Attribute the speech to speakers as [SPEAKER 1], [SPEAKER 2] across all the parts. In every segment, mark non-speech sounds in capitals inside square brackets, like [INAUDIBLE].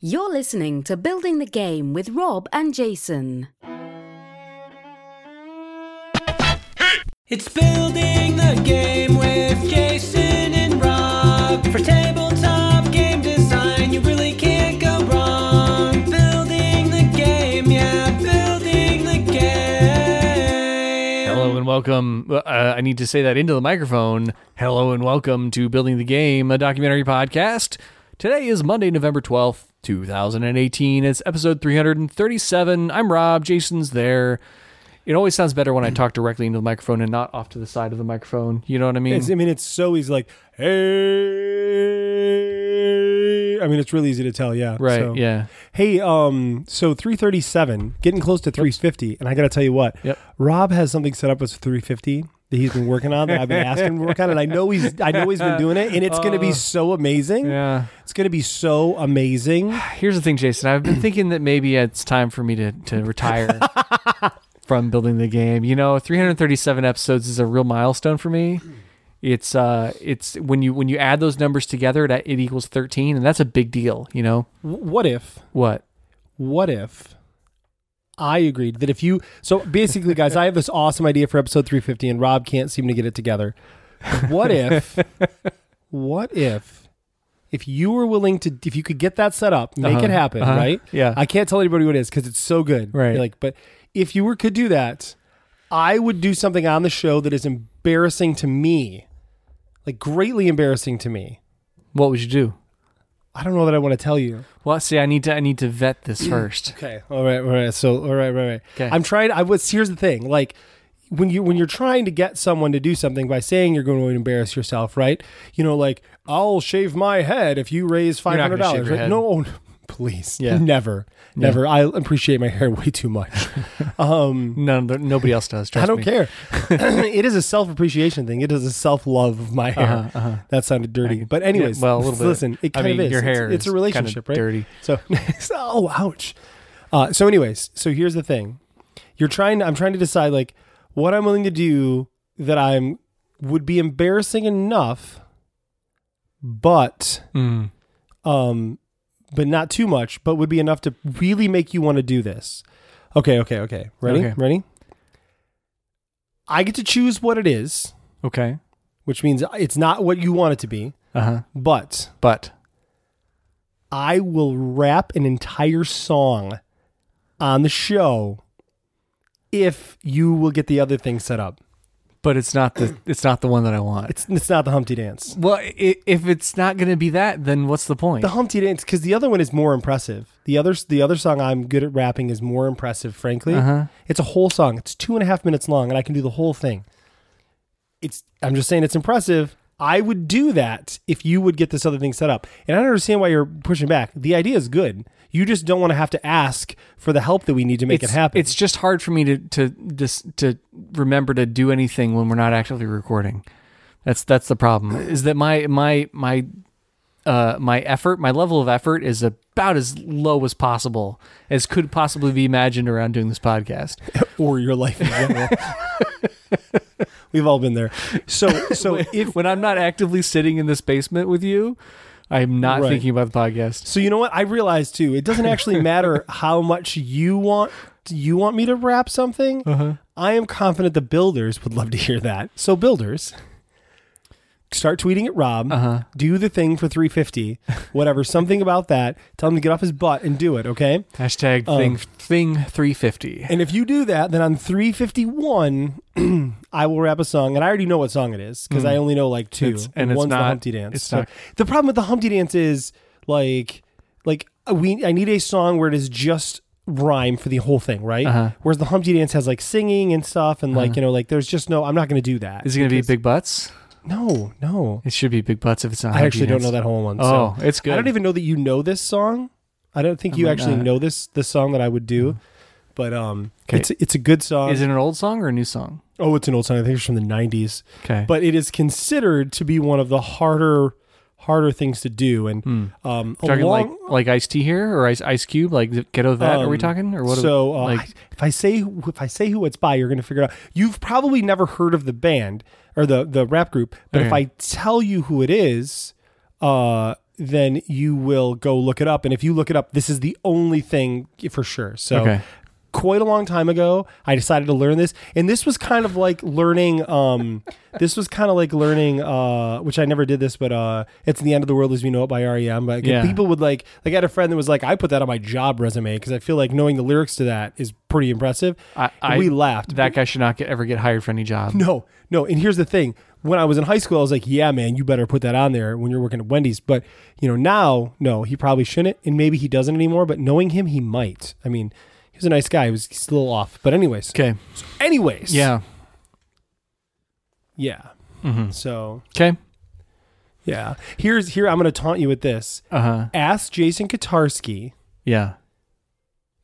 [SPEAKER 1] You're listening to Building the Game with Rob and Jason.
[SPEAKER 2] It's building the game with Jason and Rob. For tabletop game design, you really can't go wrong. Building the game, yeah, building the game.
[SPEAKER 3] Hello and welcome. Uh, I need to say that into the microphone. Hello and welcome to Building the Game, a documentary podcast. Today is Monday, November 12th, 2018. It's episode 337. I'm Rob. Jason's there. It always sounds better when I talk directly into the microphone and not off to the side of the microphone. You know what I mean?
[SPEAKER 4] It's, I mean, it's so easy. Like, hey. I mean, it's really easy to tell. Yeah.
[SPEAKER 3] right.
[SPEAKER 4] So.
[SPEAKER 3] Yeah.
[SPEAKER 4] Hey, um, so 337, getting close to 350, and I got to tell you what,
[SPEAKER 3] Yep.
[SPEAKER 4] Rob has something set up as 350 that he's been working on that I've been asking him to work on, and I know he's, I know he's been doing it, and it's going to be so amazing.
[SPEAKER 3] Uh, Yeah.
[SPEAKER 4] It's going to be so amazing.
[SPEAKER 3] Here's the thing, Jason. I've been thinking that maybe it's time for me to, to
[SPEAKER 4] [LAUGHS]
[SPEAKER 3] retire from building the game. You know, 337 episodes is a real milestone for me. It's uh, it's when you when you add those numbers together, it, it equals 13, and that's a big deal. You know
[SPEAKER 4] What if
[SPEAKER 3] what?
[SPEAKER 4] what if I agreed that if you so basically guys, I have this awesome idea for episode 350 and Rob can't seem to get it together. What if what if if you were willing to if you could get that set up, make
[SPEAKER 3] Uh-huh.
[SPEAKER 4] it happen,
[SPEAKER 3] Uh-huh.
[SPEAKER 4] right?
[SPEAKER 3] Yeah.
[SPEAKER 4] I can't tell anybody what it is cuz it's so good.
[SPEAKER 3] Right.
[SPEAKER 4] You're like, but if you were could do that, I would do something on the show that is embarrassing to me. Like greatly embarrassing to me.
[SPEAKER 3] What would you do?
[SPEAKER 4] I don't know that I want to tell you.
[SPEAKER 3] Well, see, I need to I need to vet
[SPEAKER 4] [CLEARS THROAT]
[SPEAKER 3] this first.
[SPEAKER 4] Okay. All right. All right. So all right. Right. Right.
[SPEAKER 3] 'Kay.
[SPEAKER 4] I'm trying. I was. Here's the thing. Like when you when you're trying to get someone to do something by saying you're going to embarrass yourself, right? You know, like I'll shave my head if you raise five
[SPEAKER 3] not
[SPEAKER 4] hundred
[SPEAKER 3] gonna shave
[SPEAKER 4] dollars.
[SPEAKER 3] your head.
[SPEAKER 4] No. oh, no, [LAUGHS] Please.
[SPEAKER 3] Yeah.
[SPEAKER 4] Never. Never. I appreciate my hair [LAUGHS] way too
[SPEAKER 3] [LAUGHS]
[SPEAKER 4] much. Um,
[SPEAKER 3] None, nobody else does. Trust
[SPEAKER 4] I don't
[SPEAKER 3] me.
[SPEAKER 4] care.
[SPEAKER 3] [LAUGHS]
[SPEAKER 4] [CLEARS THROAT] it is a self appreciation thing. It is a self love of my hair.
[SPEAKER 3] Uh-huh, uh-huh.
[SPEAKER 4] That sounded dirty, but anyways,
[SPEAKER 3] well, a little bit.
[SPEAKER 4] Listen, it
[SPEAKER 3] I
[SPEAKER 4] kind
[SPEAKER 3] mean,
[SPEAKER 4] of is.
[SPEAKER 3] your
[SPEAKER 4] It's-
[SPEAKER 3] hair is
[SPEAKER 4] It's, a
[SPEAKER 3] kinda
[SPEAKER 4] relationship, right?
[SPEAKER 3] dirty.
[SPEAKER 4] So, [LAUGHS] so- oh, ouch. Uh, so, anyways, so here's the thing: you're trying. I'm trying to decide like what I'm willing to do that I'm would be embarrassing enough, but
[SPEAKER 3] Mm.
[SPEAKER 4] um, but not too much, but would be enough to really make you want to do this. Okay, okay, okay. Ready?
[SPEAKER 3] Okay.
[SPEAKER 4] Ready? I get to choose what it is,
[SPEAKER 3] Okay.
[SPEAKER 4] which means it's not what you want it to be,
[SPEAKER 3] Uh huh.
[SPEAKER 4] but
[SPEAKER 3] But
[SPEAKER 4] I will rap an entire song on the show if you will get the other thing set up.
[SPEAKER 3] but it's not the it's not the one that I want.
[SPEAKER 4] It's it's not the Humpty Dance.
[SPEAKER 3] well, i if it's not going to be that, then what's the point?
[SPEAKER 4] The Humpty Dance because the other one is more impressive. The other the other song I'm good at rapping is more impressive. Frankly,
[SPEAKER 3] Uh-huh.
[SPEAKER 4] it's a whole song. It's two and a half minutes long, and I can do the whole thing. It's I'm just saying it's impressive. I would do that if you would get this other thing set up, and I don't understand why you're pushing back. The idea is good. You just don't want to have to ask for the help that we need to make
[SPEAKER 3] it's,
[SPEAKER 4] it happen.
[SPEAKER 3] It's just hard for me to to just to remember to do anything when we're not actively recording. That's that's the problem. Is that my my my uh my effort, my level of effort is about as low as possible as could possibly be imagined around doing this
[SPEAKER 4] [LAUGHS]
[SPEAKER 3] podcast.
[SPEAKER 4] or your life
[SPEAKER 3] [LAUGHS]
[SPEAKER 4] in general. We've all been there. So so if
[SPEAKER 3] when I'm not actively sitting in this basement with you, I'm not
[SPEAKER 4] Right.
[SPEAKER 3] thinking about the podcast.
[SPEAKER 4] So you know what? I realized too. It doesn't actually matter how much you want you want me to wrap something. I am confident the builders would love to hear that. So builders, start tweeting at Rob. Do the thing for three fifty, whatever. something about that. Tell him to get off his butt and do it. Okay.
[SPEAKER 3] Hashtag
[SPEAKER 4] Um,
[SPEAKER 3] thing thing three fifty.
[SPEAKER 4] And if you do that, then on three fifty one, [CLEARS THROAT] I will wrap a song, and I already know what song it is because I only know like two,
[SPEAKER 3] Mm. It's- and it's
[SPEAKER 4] one's the
[SPEAKER 3] not-
[SPEAKER 4] Humpty Dance.
[SPEAKER 3] it's
[SPEAKER 4] So
[SPEAKER 3] not-
[SPEAKER 4] the problem with the Humpty Dance is like, like uh, we I need a song where it is just rhyme for the whole thing, right?
[SPEAKER 3] Uh-huh.
[SPEAKER 4] Whereas the Humpty Dance has like singing and stuff, and like you know, like there's just no. I'm not going to do that.
[SPEAKER 3] Is it going to be big butts?
[SPEAKER 4] No, no.
[SPEAKER 3] It should be big butts if it's not.
[SPEAKER 4] I actually don't
[SPEAKER 3] happiness.
[SPEAKER 4] know that whole one.
[SPEAKER 3] Oh,
[SPEAKER 4] so.
[SPEAKER 3] it's good.
[SPEAKER 4] I don't even know that you know this song. I don't think
[SPEAKER 3] I
[SPEAKER 4] you
[SPEAKER 3] might
[SPEAKER 4] actually
[SPEAKER 3] not.
[SPEAKER 4] know this this song that I would do, but um,
[SPEAKER 3] 'Kay.
[SPEAKER 4] it's it's a good song.
[SPEAKER 3] Is it an old song or a new song?
[SPEAKER 4] Oh, it's an old song. I think it's from the '90s,
[SPEAKER 3] Okay.
[SPEAKER 4] but it is considered to be one of the harder, harder things to do. And um,
[SPEAKER 3] Hmm. talking
[SPEAKER 4] along-
[SPEAKER 3] like like Ice T here or Ice Ice Cube, like the Ghetto that. are we
[SPEAKER 4] um,
[SPEAKER 3] talking or what? are we-
[SPEAKER 4] So, uh,
[SPEAKER 3] like,
[SPEAKER 4] I- if I say who- if I say who it's by, you're going to figure it out. You've probably never heard of the band or the the rap group, but if
[SPEAKER 3] Okay.
[SPEAKER 4] I tell you who it is, uh, then you will go look it up. And if you look it up, this is the only thing for sure. So,
[SPEAKER 3] Okay.
[SPEAKER 4] quite a long time ago, I decided to learn this, and this was kind of like learning. Um, this was kind of like learning, uh, which I never did this, but uh, it's the end of the world as we know it by REM. But
[SPEAKER 3] Yeah.
[SPEAKER 4] people would like, like I had a friend that was like, I put that on my job resume because I feel like knowing the lyrics to that is pretty impressive.
[SPEAKER 3] I,
[SPEAKER 4] And
[SPEAKER 3] I,
[SPEAKER 4] we laughed.
[SPEAKER 3] That guy should not get, ever get hired for any job.
[SPEAKER 4] No, no. And here's the thing: when I was in high school, I was like, "Yeah, man, you better put that on there when you're working at Wendy's." But you know, now, no, he probably shouldn't, and maybe he doesn't anymore. But knowing him, he might. I mean, he was a nice guy. He was he's a little off, but anyways,
[SPEAKER 3] Okay.
[SPEAKER 4] anyways,
[SPEAKER 3] Yeah. Mm-hmm.
[SPEAKER 4] yeah. So
[SPEAKER 3] Okay.
[SPEAKER 4] yeah, here's here. I'm gonna taunt you with this.
[SPEAKER 3] Uh huh.
[SPEAKER 4] Ask Jason Katarski
[SPEAKER 3] Yeah.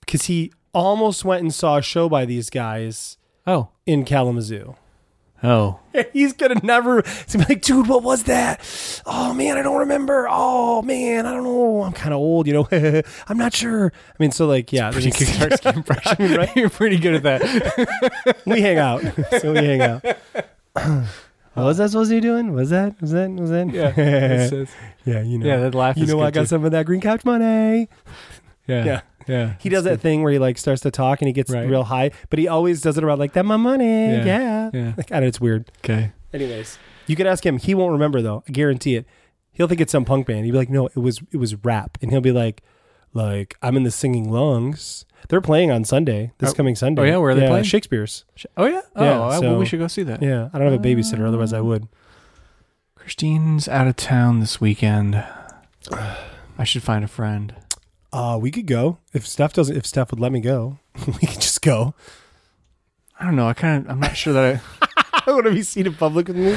[SPEAKER 4] because he almost went and saw a show by these guys
[SPEAKER 3] Oh.
[SPEAKER 4] in Kalamazoo.
[SPEAKER 3] Oh.
[SPEAKER 4] [LAUGHS] He's gonna never he's gonna be like, dude, what was that? Oh man, I don't remember. Oh man, I don't know. I'm kind of old, you know. [LAUGHS] I'm not sure. I mean, so like, yeah,
[SPEAKER 3] Pretty good Starsky impression. You're pretty good at that.
[SPEAKER 4] [LAUGHS] we hang out. so we
[SPEAKER 3] [LAUGHS]
[SPEAKER 4] hang out. what was that supposed to be doing? Was that? Was that? Was that? [LAUGHS] [LAUGHS] Yeah, yeah. You know.
[SPEAKER 3] yeah, that laugh
[SPEAKER 4] you
[SPEAKER 3] is
[SPEAKER 4] know,
[SPEAKER 3] good
[SPEAKER 4] I got
[SPEAKER 3] too.
[SPEAKER 4] some of that green couch money.
[SPEAKER 3] Yeah.
[SPEAKER 4] Yeah.
[SPEAKER 3] Yeah.
[SPEAKER 4] He does that thing where he like starts to talk and he gets
[SPEAKER 3] Right.
[SPEAKER 4] real high, but he always does it around like that my money.
[SPEAKER 3] Yeah,
[SPEAKER 4] Yeah. yeah. [LAUGHS]
[SPEAKER 3] yeah.
[SPEAKER 4] Like, I don't know, it's weird.
[SPEAKER 3] Okay.
[SPEAKER 4] Anyways, you could ask him. He won't remember though. I guarantee it. He'll think it's some punk band. He'd be like, "No, it was it was rap," and he'll be like, "Like I'm in the singing lungs." They're playing on Sunday, this
[SPEAKER 3] Oh.
[SPEAKER 4] coming Sunday.
[SPEAKER 3] Oh, yeah? Where are they playing?
[SPEAKER 4] Shakespeare's.
[SPEAKER 3] Oh yeah. Oh,
[SPEAKER 4] Yeah,
[SPEAKER 3] I- well,
[SPEAKER 4] so-
[SPEAKER 3] we should go see that.
[SPEAKER 4] Yeah, I don't have a babysitter, otherwise I would.
[SPEAKER 3] Christine's out of town this weekend. [SIGHS] I should find a friend.
[SPEAKER 4] Uh, we could go if Steph doesn't. If Steph would let me go, [LAUGHS] we could just go.
[SPEAKER 3] I don't know. I kind of. I'm not sure that
[SPEAKER 4] I want to be seen in public with me.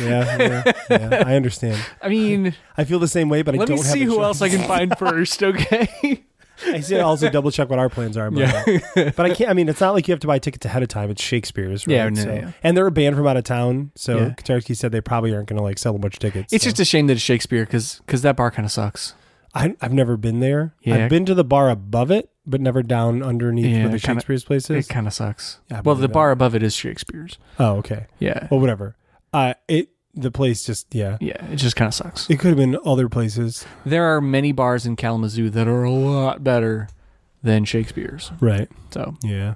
[SPEAKER 4] yeah, yeah, yeah, I understand.
[SPEAKER 3] I. I mean,
[SPEAKER 4] I feel the same way, but I
[SPEAKER 3] let
[SPEAKER 4] don't
[SPEAKER 3] me
[SPEAKER 4] have
[SPEAKER 3] see
[SPEAKER 4] a
[SPEAKER 3] who
[SPEAKER 4] choice.
[SPEAKER 3] else I can find [LAUGHS] first. Okay.
[SPEAKER 4] I should also double check what our plans are. About
[SPEAKER 3] Yeah.
[SPEAKER 4] that. But I can't. I mean, it's not like you have to buy tickets ahead of time. It's Shakespeare's, right?
[SPEAKER 3] Yeah, no,
[SPEAKER 4] So-
[SPEAKER 3] yeah.
[SPEAKER 4] And they're a band from out of town, so
[SPEAKER 3] Yeah.
[SPEAKER 4] Katarski said they probably aren't going to like sell a bunch of tickets.
[SPEAKER 3] It's
[SPEAKER 4] so.
[SPEAKER 3] just a shame that it's Shakespeare because that bar kind of sucks.
[SPEAKER 4] I, I've never been there.
[SPEAKER 3] Yeah.
[SPEAKER 4] I've been to the bar above it, but never down underneath
[SPEAKER 3] Yeah,
[SPEAKER 4] where the
[SPEAKER 3] it kinda-
[SPEAKER 4] Shakespeare's place
[SPEAKER 3] It
[SPEAKER 4] is.
[SPEAKER 3] kind of sucks.
[SPEAKER 4] Yeah, I
[SPEAKER 3] well,
[SPEAKER 4] believe
[SPEAKER 3] the
[SPEAKER 4] that.
[SPEAKER 3] bar above it is Shakespeare's.
[SPEAKER 4] oh, okay.
[SPEAKER 3] Yeah.
[SPEAKER 4] Well, whatever. Uh, it the place just yeah.
[SPEAKER 3] Yeah. It just kind of sucks.
[SPEAKER 4] It could have been other places,
[SPEAKER 3] There are many bars in Kalamazoo that are a lot better than Shakespeare's.
[SPEAKER 4] right?
[SPEAKER 3] So,
[SPEAKER 4] Yeah.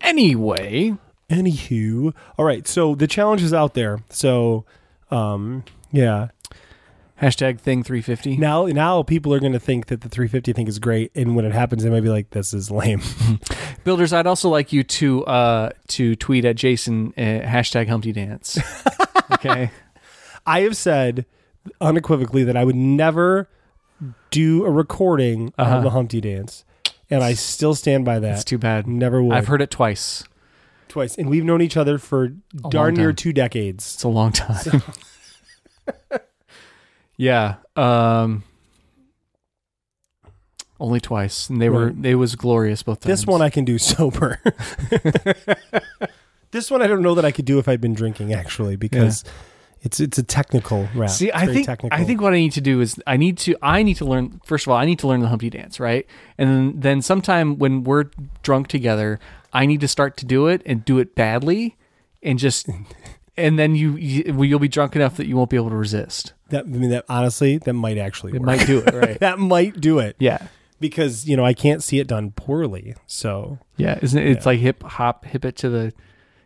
[SPEAKER 3] anyway,
[SPEAKER 4] Anywho, all right. So the challenge is out there. So, um, yeah.
[SPEAKER 3] hashtag thing 350.
[SPEAKER 4] Now, now people are going to think that the 350 thing is great, and when it happens, they might be like, "This is lame." [LAUGHS]
[SPEAKER 3] Builders, I'd also like you to uh, to tweet at Jason uh, hashtag Humpty [LAUGHS] Dance. okay.
[SPEAKER 4] I have said unequivocally that I would never do a recording
[SPEAKER 3] Uh-huh.
[SPEAKER 4] of the Humpty Dance, and I still stand by
[SPEAKER 3] That's
[SPEAKER 4] that.
[SPEAKER 3] too bad.
[SPEAKER 4] Never would.
[SPEAKER 3] I've heard it twice.
[SPEAKER 4] twice, and we've known each other for
[SPEAKER 3] long
[SPEAKER 4] darn near
[SPEAKER 3] time.
[SPEAKER 4] two decades.
[SPEAKER 3] It's a long time. [LAUGHS] yeah. Um, only twice, and they were
[SPEAKER 4] Right.
[SPEAKER 3] they was glorious both times.
[SPEAKER 4] This one I can
[SPEAKER 3] [LAUGHS]
[SPEAKER 4] do [LAUGHS] sober. this one I don't know that I could do if I'd been drinking actually, because it's it's a technical rap.
[SPEAKER 3] See,
[SPEAKER 4] It's
[SPEAKER 3] I
[SPEAKER 4] very
[SPEAKER 3] think
[SPEAKER 4] technical.
[SPEAKER 3] I think what I need to do is I need to I need to learn first of all I need to learn the Humpty Dance right, and then, then sometime when we're drunk together, I need to start to do it and do it badly, and [LAUGHS] just and then you, you you'll be drunk enough that you won't be able to resist.
[SPEAKER 4] that I mean that honestly that might actually
[SPEAKER 3] It
[SPEAKER 4] work.
[SPEAKER 3] might do it [LAUGHS] right.
[SPEAKER 4] that might do it.
[SPEAKER 3] yeah,
[SPEAKER 4] because you know I can't see it done poorly. So
[SPEAKER 3] yeah. Isn't it? It's like hip hop, hip it to the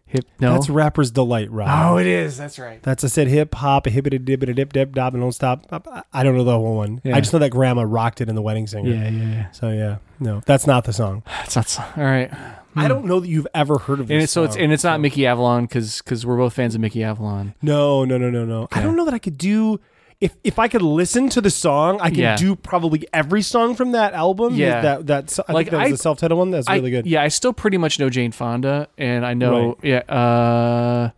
[SPEAKER 3] hip. No,
[SPEAKER 4] that's rapper's delight, Rob.
[SPEAKER 3] oh, it is. That's right.
[SPEAKER 4] That's I said hip hop, a hippity dippity dip dip dop and don't stop. I- I don't know the whole one.
[SPEAKER 3] Yeah.
[SPEAKER 4] I just know that grandma rocked it in the wedding singer.
[SPEAKER 3] Yeah, yeah, yeah.
[SPEAKER 4] So yeah, no, that's not the song.
[SPEAKER 3] That's not so- all right.
[SPEAKER 4] I don't know that you've ever heard of
[SPEAKER 3] Hmm.
[SPEAKER 4] this.
[SPEAKER 3] And it's, so it's
[SPEAKER 4] song.
[SPEAKER 3] and it's not Mickey Avalon because we're both fans of Mickey Avalon.
[SPEAKER 4] no, no, no, no, no. I don't know that I could do. If, if I could listen to the song, I could
[SPEAKER 3] Yeah.
[SPEAKER 4] do probably every song from that album.
[SPEAKER 3] Yeah.
[SPEAKER 4] that that so- I
[SPEAKER 3] Like,
[SPEAKER 4] think that was
[SPEAKER 3] I-
[SPEAKER 4] the self-titled one. That's really
[SPEAKER 3] I,
[SPEAKER 4] good.
[SPEAKER 3] Yeah, I still pretty much know Jane Fonda, and I know yeah, uh,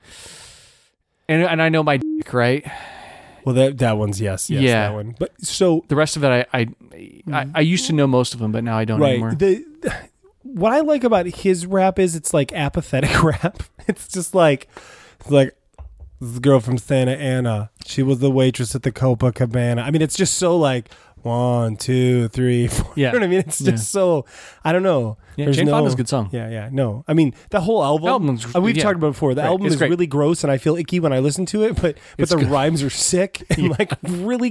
[SPEAKER 3] and and I know my dick, right.
[SPEAKER 4] Well, that that one's yes, yes,
[SPEAKER 3] Yeah.
[SPEAKER 4] that one. But so
[SPEAKER 3] The rest of it, I I, I I used to know most of them, but now I don't anymore.
[SPEAKER 4] The [SIGHS] what I like about his rap is it's like apathetic [LAUGHS] rap. It's just like it's like this girl from Santa Ana. She was the waitress at the Copacabana. I mean, it's just so like one, two, three, [LAUGHS] four.
[SPEAKER 3] Yeah.
[SPEAKER 4] You know what I mean? It's just
[SPEAKER 3] Yeah.
[SPEAKER 4] so I don't know.
[SPEAKER 3] Yeah,
[SPEAKER 4] There's
[SPEAKER 3] Jane
[SPEAKER 4] no,
[SPEAKER 3] Fonda's a good song.
[SPEAKER 4] Yeah, yeah. No, I mean the whole album.
[SPEAKER 3] Album's-
[SPEAKER 4] uh, we've
[SPEAKER 3] yeah.
[SPEAKER 4] talked about it before. The
[SPEAKER 3] Right,
[SPEAKER 4] album
[SPEAKER 3] it's
[SPEAKER 4] is
[SPEAKER 3] great.
[SPEAKER 4] really gross, and I feel icky when I listen to it. But but
[SPEAKER 3] It's
[SPEAKER 4] the
[SPEAKER 3] good.
[SPEAKER 4] rhymes are sick
[SPEAKER 3] [LAUGHS]
[SPEAKER 4] and like really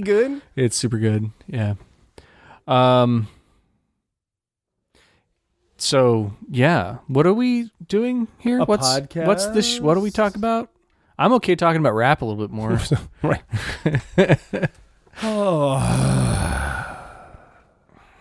[SPEAKER 3] [SIGHS]
[SPEAKER 4] good.
[SPEAKER 3] It's super good. Yeah. Um. So yeah, what are we doing here?
[SPEAKER 4] A
[SPEAKER 3] what's what's the sh- what do we
[SPEAKER 4] podcast?
[SPEAKER 3] talk about? I'm okay talking about rap a little bit
[SPEAKER 4] [LAUGHS]
[SPEAKER 3] more.
[SPEAKER 4] Right. oh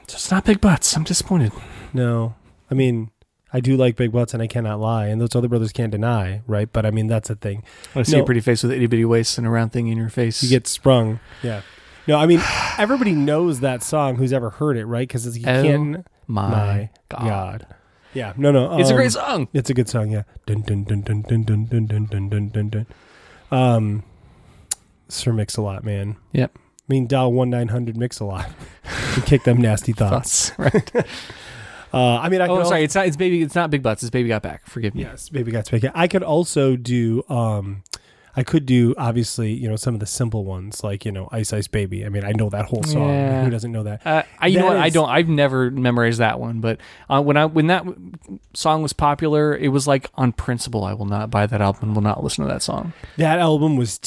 [SPEAKER 3] Just not big butts. I'm disappointed.
[SPEAKER 4] no, I mean. I do like big butts, and I cannot lie, and those other brothers can't deny, right? But I mean, that's a thing.
[SPEAKER 3] I see
[SPEAKER 4] No.
[SPEAKER 3] a pretty face with itty bitty waist and a round thing in your face.
[SPEAKER 4] You get sprung. Yeah. No, I mean [SIGHS] everybody knows that song who's ever heard it, right? Because you
[SPEAKER 3] Oh
[SPEAKER 4] can't.
[SPEAKER 3] my,
[SPEAKER 4] my
[SPEAKER 3] God.
[SPEAKER 4] Yeah. No, no.
[SPEAKER 3] It's a
[SPEAKER 4] um,
[SPEAKER 3] great song.
[SPEAKER 4] It's a good song. Yeah. Dun dun dun dun dun dun dun dun dun dun dun dun. Um, Sir Mix a Lot, man.
[SPEAKER 3] Yep.
[SPEAKER 4] I mean, dial one nine hundred Mix a Lot. [LAUGHS] and kick them
[SPEAKER 3] [LAUGHS]
[SPEAKER 4] nasty thoughts.
[SPEAKER 3] Thoughts, right?
[SPEAKER 4] Uh, I mean, I
[SPEAKER 3] oh,
[SPEAKER 4] could
[SPEAKER 3] sorry. It's not. It's baby. It's not big butts. It's baby got back. Forgive me.
[SPEAKER 4] Yes, baby got to I could also do um I could do obviously, you know, some of the simple ones like, you know, Ice Ice Baby. I mean, I know that whole song.
[SPEAKER 3] Yeah.
[SPEAKER 4] Who doesn't know that?
[SPEAKER 3] Uh, I, you know
[SPEAKER 4] That
[SPEAKER 3] what? I
[SPEAKER 4] is-
[SPEAKER 3] don't. I've never memorized that one, but uh, when I when that w- song was popular, it was like on principle. I will not buy that album. and Will not listen to that song.
[SPEAKER 4] That album was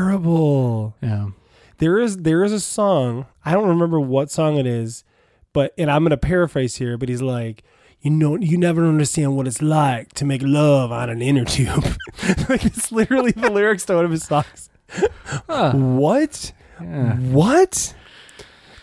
[SPEAKER 4] terrible.
[SPEAKER 3] Yeah.
[SPEAKER 4] There is there is a song. I don't remember what song it is, but and I'm gonna paraphrase here. But he's like, you know, you never understand what it's like to make love on an inner tube. [LAUGHS] like it's literally the lyrics to one of his songs.
[SPEAKER 3] Huh.
[SPEAKER 4] What?
[SPEAKER 3] Yeah.
[SPEAKER 4] What?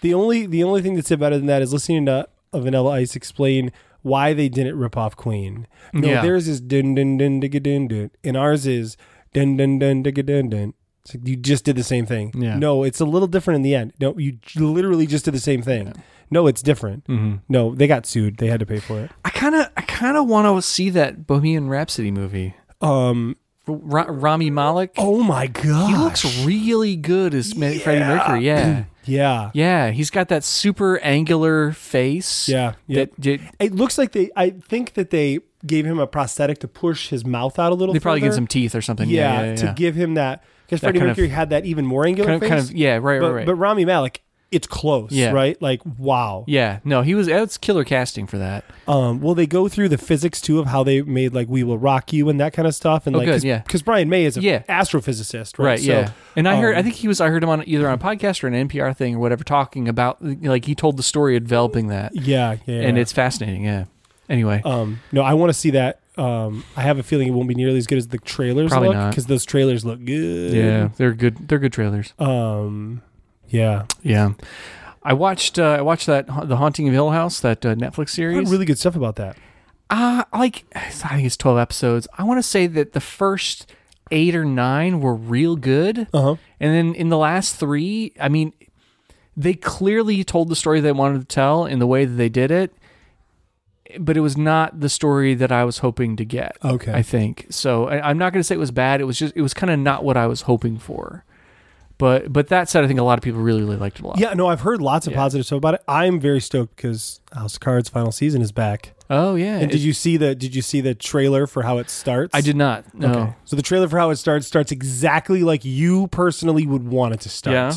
[SPEAKER 4] The only the only thing that's better than that is listening to Vanilla Ice explain why they didn't rip off Queen. No,
[SPEAKER 3] Yeah.
[SPEAKER 4] theirs is dun dun dun digga dun dun, and ours is dun dun dun digga dun dun. It's like you just did the same thing.
[SPEAKER 3] Yeah.
[SPEAKER 4] No, it's a little different in the end. No, you j- literally just did the same thing. No, it's different.
[SPEAKER 3] Mm-hmm.
[SPEAKER 4] No, they got sued. They had to pay for it.
[SPEAKER 3] I kind of I kind of want to see that Bohemian Rhapsody movie.
[SPEAKER 4] Um.
[SPEAKER 3] R- Ra- Rami Malek.
[SPEAKER 4] Oh my god.
[SPEAKER 3] he looks really good as Ma- Freddie Mercury. [CLEARS THROAT] Yeah.
[SPEAKER 4] Yeah.
[SPEAKER 3] yeah. He's got that super angular face.
[SPEAKER 4] Yeah, yeah.
[SPEAKER 3] That did,
[SPEAKER 4] It looks like they. I think that they gave him a prosthetic to push his mouth out a little.
[SPEAKER 3] they probably
[SPEAKER 4] further.
[SPEAKER 3] get some teeth or something.
[SPEAKER 4] yeah,
[SPEAKER 3] Yeah. yeah, yeah,
[SPEAKER 4] to give him that because Freddie
[SPEAKER 3] kind of-
[SPEAKER 4] Mercury had that even more angular
[SPEAKER 3] kind of,
[SPEAKER 4] face.
[SPEAKER 3] kind of. Yeah. Right.
[SPEAKER 4] but,
[SPEAKER 3] right. Right.
[SPEAKER 4] but Rami Malek, it's close,
[SPEAKER 3] Yeah.
[SPEAKER 4] right? Like wow.
[SPEAKER 3] yeah. No, he was. That's killer casting for that.
[SPEAKER 4] Um, well, they go through the physics too of how they made like "We Will Rock You" and that kind of stuff, and
[SPEAKER 3] Oh,
[SPEAKER 4] like
[SPEAKER 3] good,
[SPEAKER 4] cause,
[SPEAKER 3] yeah.
[SPEAKER 4] 'cause Brian May is an
[SPEAKER 3] Yeah.
[SPEAKER 4] astrophysicist, right?
[SPEAKER 3] Right.
[SPEAKER 4] So,
[SPEAKER 3] yeah. And I heard.
[SPEAKER 4] um,
[SPEAKER 3] I think he was. I heard him on either on a podcast or an NPR thing or whatever, talking about like he told the story of developing that,
[SPEAKER 4] yeah, yeah,
[SPEAKER 3] and
[SPEAKER 4] yeah.
[SPEAKER 3] it's fascinating. Yeah. Anyway,
[SPEAKER 4] um, no, I want to see that. Um, I have a feeling it won't be nearly as good as the trailers
[SPEAKER 3] Probably
[SPEAKER 4] look
[SPEAKER 3] not.
[SPEAKER 4] because those trailers look good.
[SPEAKER 3] yeah, they're good. They're good trailers.
[SPEAKER 4] Um, yeah,
[SPEAKER 3] Yeah. I watched. Uh, I watched that the Haunting of Hill House, that uh, Netflix
[SPEAKER 4] Heard
[SPEAKER 3] series.
[SPEAKER 4] really good stuff about that.
[SPEAKER 3] Uh, like I think it's twelve episodes. I want to say that the first eight or nine were real good,
[SPEAKER 4] Uh huh.
[SPEAKER 3] and then in the last three, I mean, they clearly told the story they wanted to tell in the way that they did it, but it was not the story that I was hoping to get.
[SPEAKER 4] Okay.
[SPEAKER 3] I think so. I, I'm not going to say it was bad. It was just it was kind of not what I was hoping for. But but that said, I think a lot of people really really liked it a lot.
[SPEAKER 4] Yeah, no, I've heard lots of
[SPEAKER 3] Yeah.
[SPEAKER 4] positive stuff about it. I'm very stoked because House of Cards final season is back.
[SPEAKER 3] Oh yeah.
[SPEAKER 4] And did
[SPEAKER 3] It-
[SPEAKER 4] you see the Did you see the trailer for how it starts?
[SPEAKER 3] I did not. No.
[SPEAKER 4] Okay. So the trailer for how it starts starts exactly like you personally would want it to start.
[SPEAKER 3] Yeah?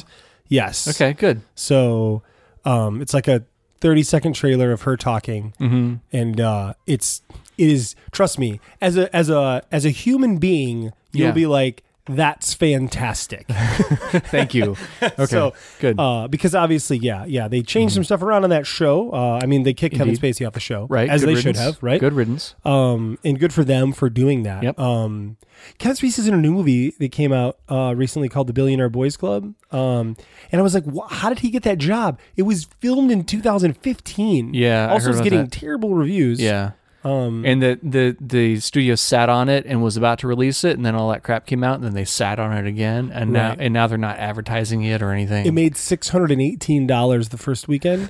[SPEAKER 4] Yes.
[SPEAKER 3] Okay. Good.
[SPEAKER 4] So, um, it's like a 30 second trailer of her talking,
[SPEAKER 3] Mm-hmm.
[SPEAKER 4] and uh, it's it is. Trust me, as a as a as a human being, you'll
[SPEAKER 3] Yeah.
[SPEAKER 4] be like, "That's fantastic."
[SPEAKER 3] [LAUGHS] Thank
[SPEAKER 4] [LAUGHS]
[SPEAKER 3] you. Okay.
[SPEAKER 4] So,
[SPEAKER 3] good. Mm-hmm.
[SPEAKER 4] Uh, because obviously, yeah, yeah, they changed some stuff around on that show. Uh, I mean, they kicked Kevin
[SPEAKER 3] Indeed.
[SPEAKER 4] Spacey off the show,
[SPEAKER 3] right.
[SPEAKER 4] As
[SPEAKER 3] good
[SPEAKER 4] they should
[SPEAKER 3] riddance.
[SPEAKER 4] have, right?
[SPEAKER 3] Good riddance.
[SPEAKER 4] Um, and good for them for doing that.
[SPEAKER 3] Yep.
[SPEAKER 4] Um, Kevin Spacey's in a new movie that came out uh, recently called The Billionaire Boys Club. Um, and I was like, wh- how did he get that job? It was filmed in 2015.
[SPEAKER 3] Yeah, I
[SPEAKER 4] Also,
[SPEAKER 3] heard
[SPEAKER 4] it's
[SPEAKER 3] about
[SPEAKER 4] getting
[SPEAKER 3] that.
[SPEAKER 4] terrible reviews.
[SPEAKER 3] Yeah. Um, and the, the the studio sat on it and was about to release it, and then all that crap came out, and then they sat on it again, and
[SPEAKER 4] Right.
[SPEAKER 3] now and now they're not advertising it or anything.
[SPEAKER 4] It made six hundred and eighteen dollars the first
[SPEAKER 3] [LAUGHS]
[SPEAKER 4] weekend.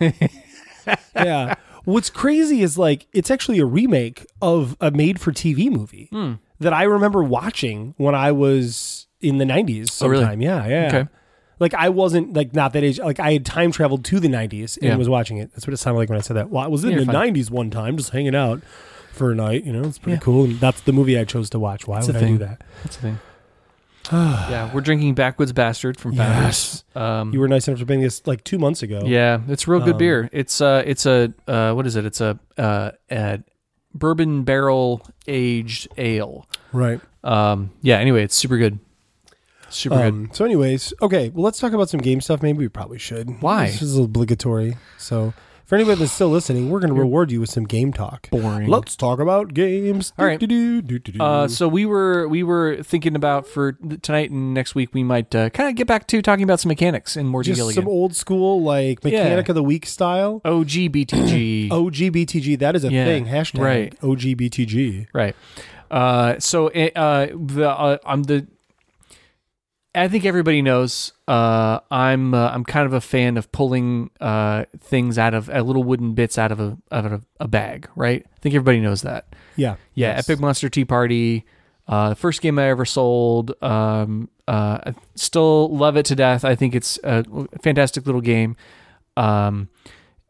[SPEAKER 4] yeah. What's crazy is like it's actually a remake of a made-for-TV movie
[SPEAKER 3] Hmm.
[SPEAKER 4] that I remember watching when I was in the nineties.
[SPEAKER 3] Oh, really?
[SPEAKER 4] Sometime, yeah, yeah.
[SPEAKER 3] Okay.
[SPEAKER 4] Like I wasn't like not that age. Like I had time traveled to the nineties and
[SPEAKER 3] Yeah.
[SPEAKER 4] was watching it. That's what it sounded like when I said that. Well, I was in
[SPEAKER 3] You're
[SPEAKER 4] the
[SPEAKER 3] fine.
[SPEAKER 4] nineties one time, just hanging out for a night. You know, it's pretty cool. And that's the movie I chose to watch. Why
[SPEAKER 3] a
[SPEAKER 4] would I
[SPEAKER 3] thing.
[SPEAKER 4] do that?
[SPEAKER 3] That's the thing. yeah, we're drinking Backwoods Bastard from Founders. Um,
[SPEAKER 4] [SIGHS] You were Um, nice enough to bring this like two months ago.
[SPEAKER 3] yeah, it's real good beer. It's uh, it's a uh, what is it? It's a uh, a bourbon barrel aged ale.
[SPEAKER 4] Right.
[SPEAKER 3] Um, yeah. Anyway, it's super good. Super good.
[SPEAKER 4] Um, so, anyways, okay. Well, let's talk about some game stuff. Maybe we probably should.
[SPEAKER 3] Why?
[SPEAKER 4] This is obligatory. So, for anybody that's still listening, we're going to reward you with some game talk.
[SPEAKER 3] Boring.
[SPEAKER 4] Let's talk about games.
[SPEAKER 3] All right.
[SPEAKER 4] Do-do-do, do-do-do.
[SPEAKER 3] Uh, so we were we were thinking about for tonight and next week we might uh, kind of get back to talking about some mechanics in more
[SPEAKER 4] just
[SPEAKER 3] detail
[SPEAKER 4] some
[SPEAKER 3] again.
[SPEAKER 4] old school like mechanic
[SPEAKER 3] Yeah.
[SPEAKER 4] of the week style.
[SPEAKER 3] OG
[SPEAKER 4] [CLEARS THROAT]
[SPEAKER 3] BTG.
[SPEAKER 4] Oh. OGBTG. That is a
[SPEAKER 3] Yeah,
[SPEAKER 4] thing. Hashtag
[SPEAKER 3] right.
[SPEAKER 4] OGBTG.
[SPEAKER 3] Right. Uh, so it, uh, the uh, I'm the. I think everybody knows. Uh, I'm uh, I'm kind of a fan of pulling uh, things out of uh, little wooden bits out of a out of a bag, right? I think everybody knows that.
[SPEAKER 4] Yeah.
[SPEAKER 3] Yeah,
[SPEAKER 4] Yes.
[SPEAKER 3] Epic Monster Tea Party. Uh, the first game I ever sold. Um, uh, I still love it to death. I think it's a fantastic little game. Um,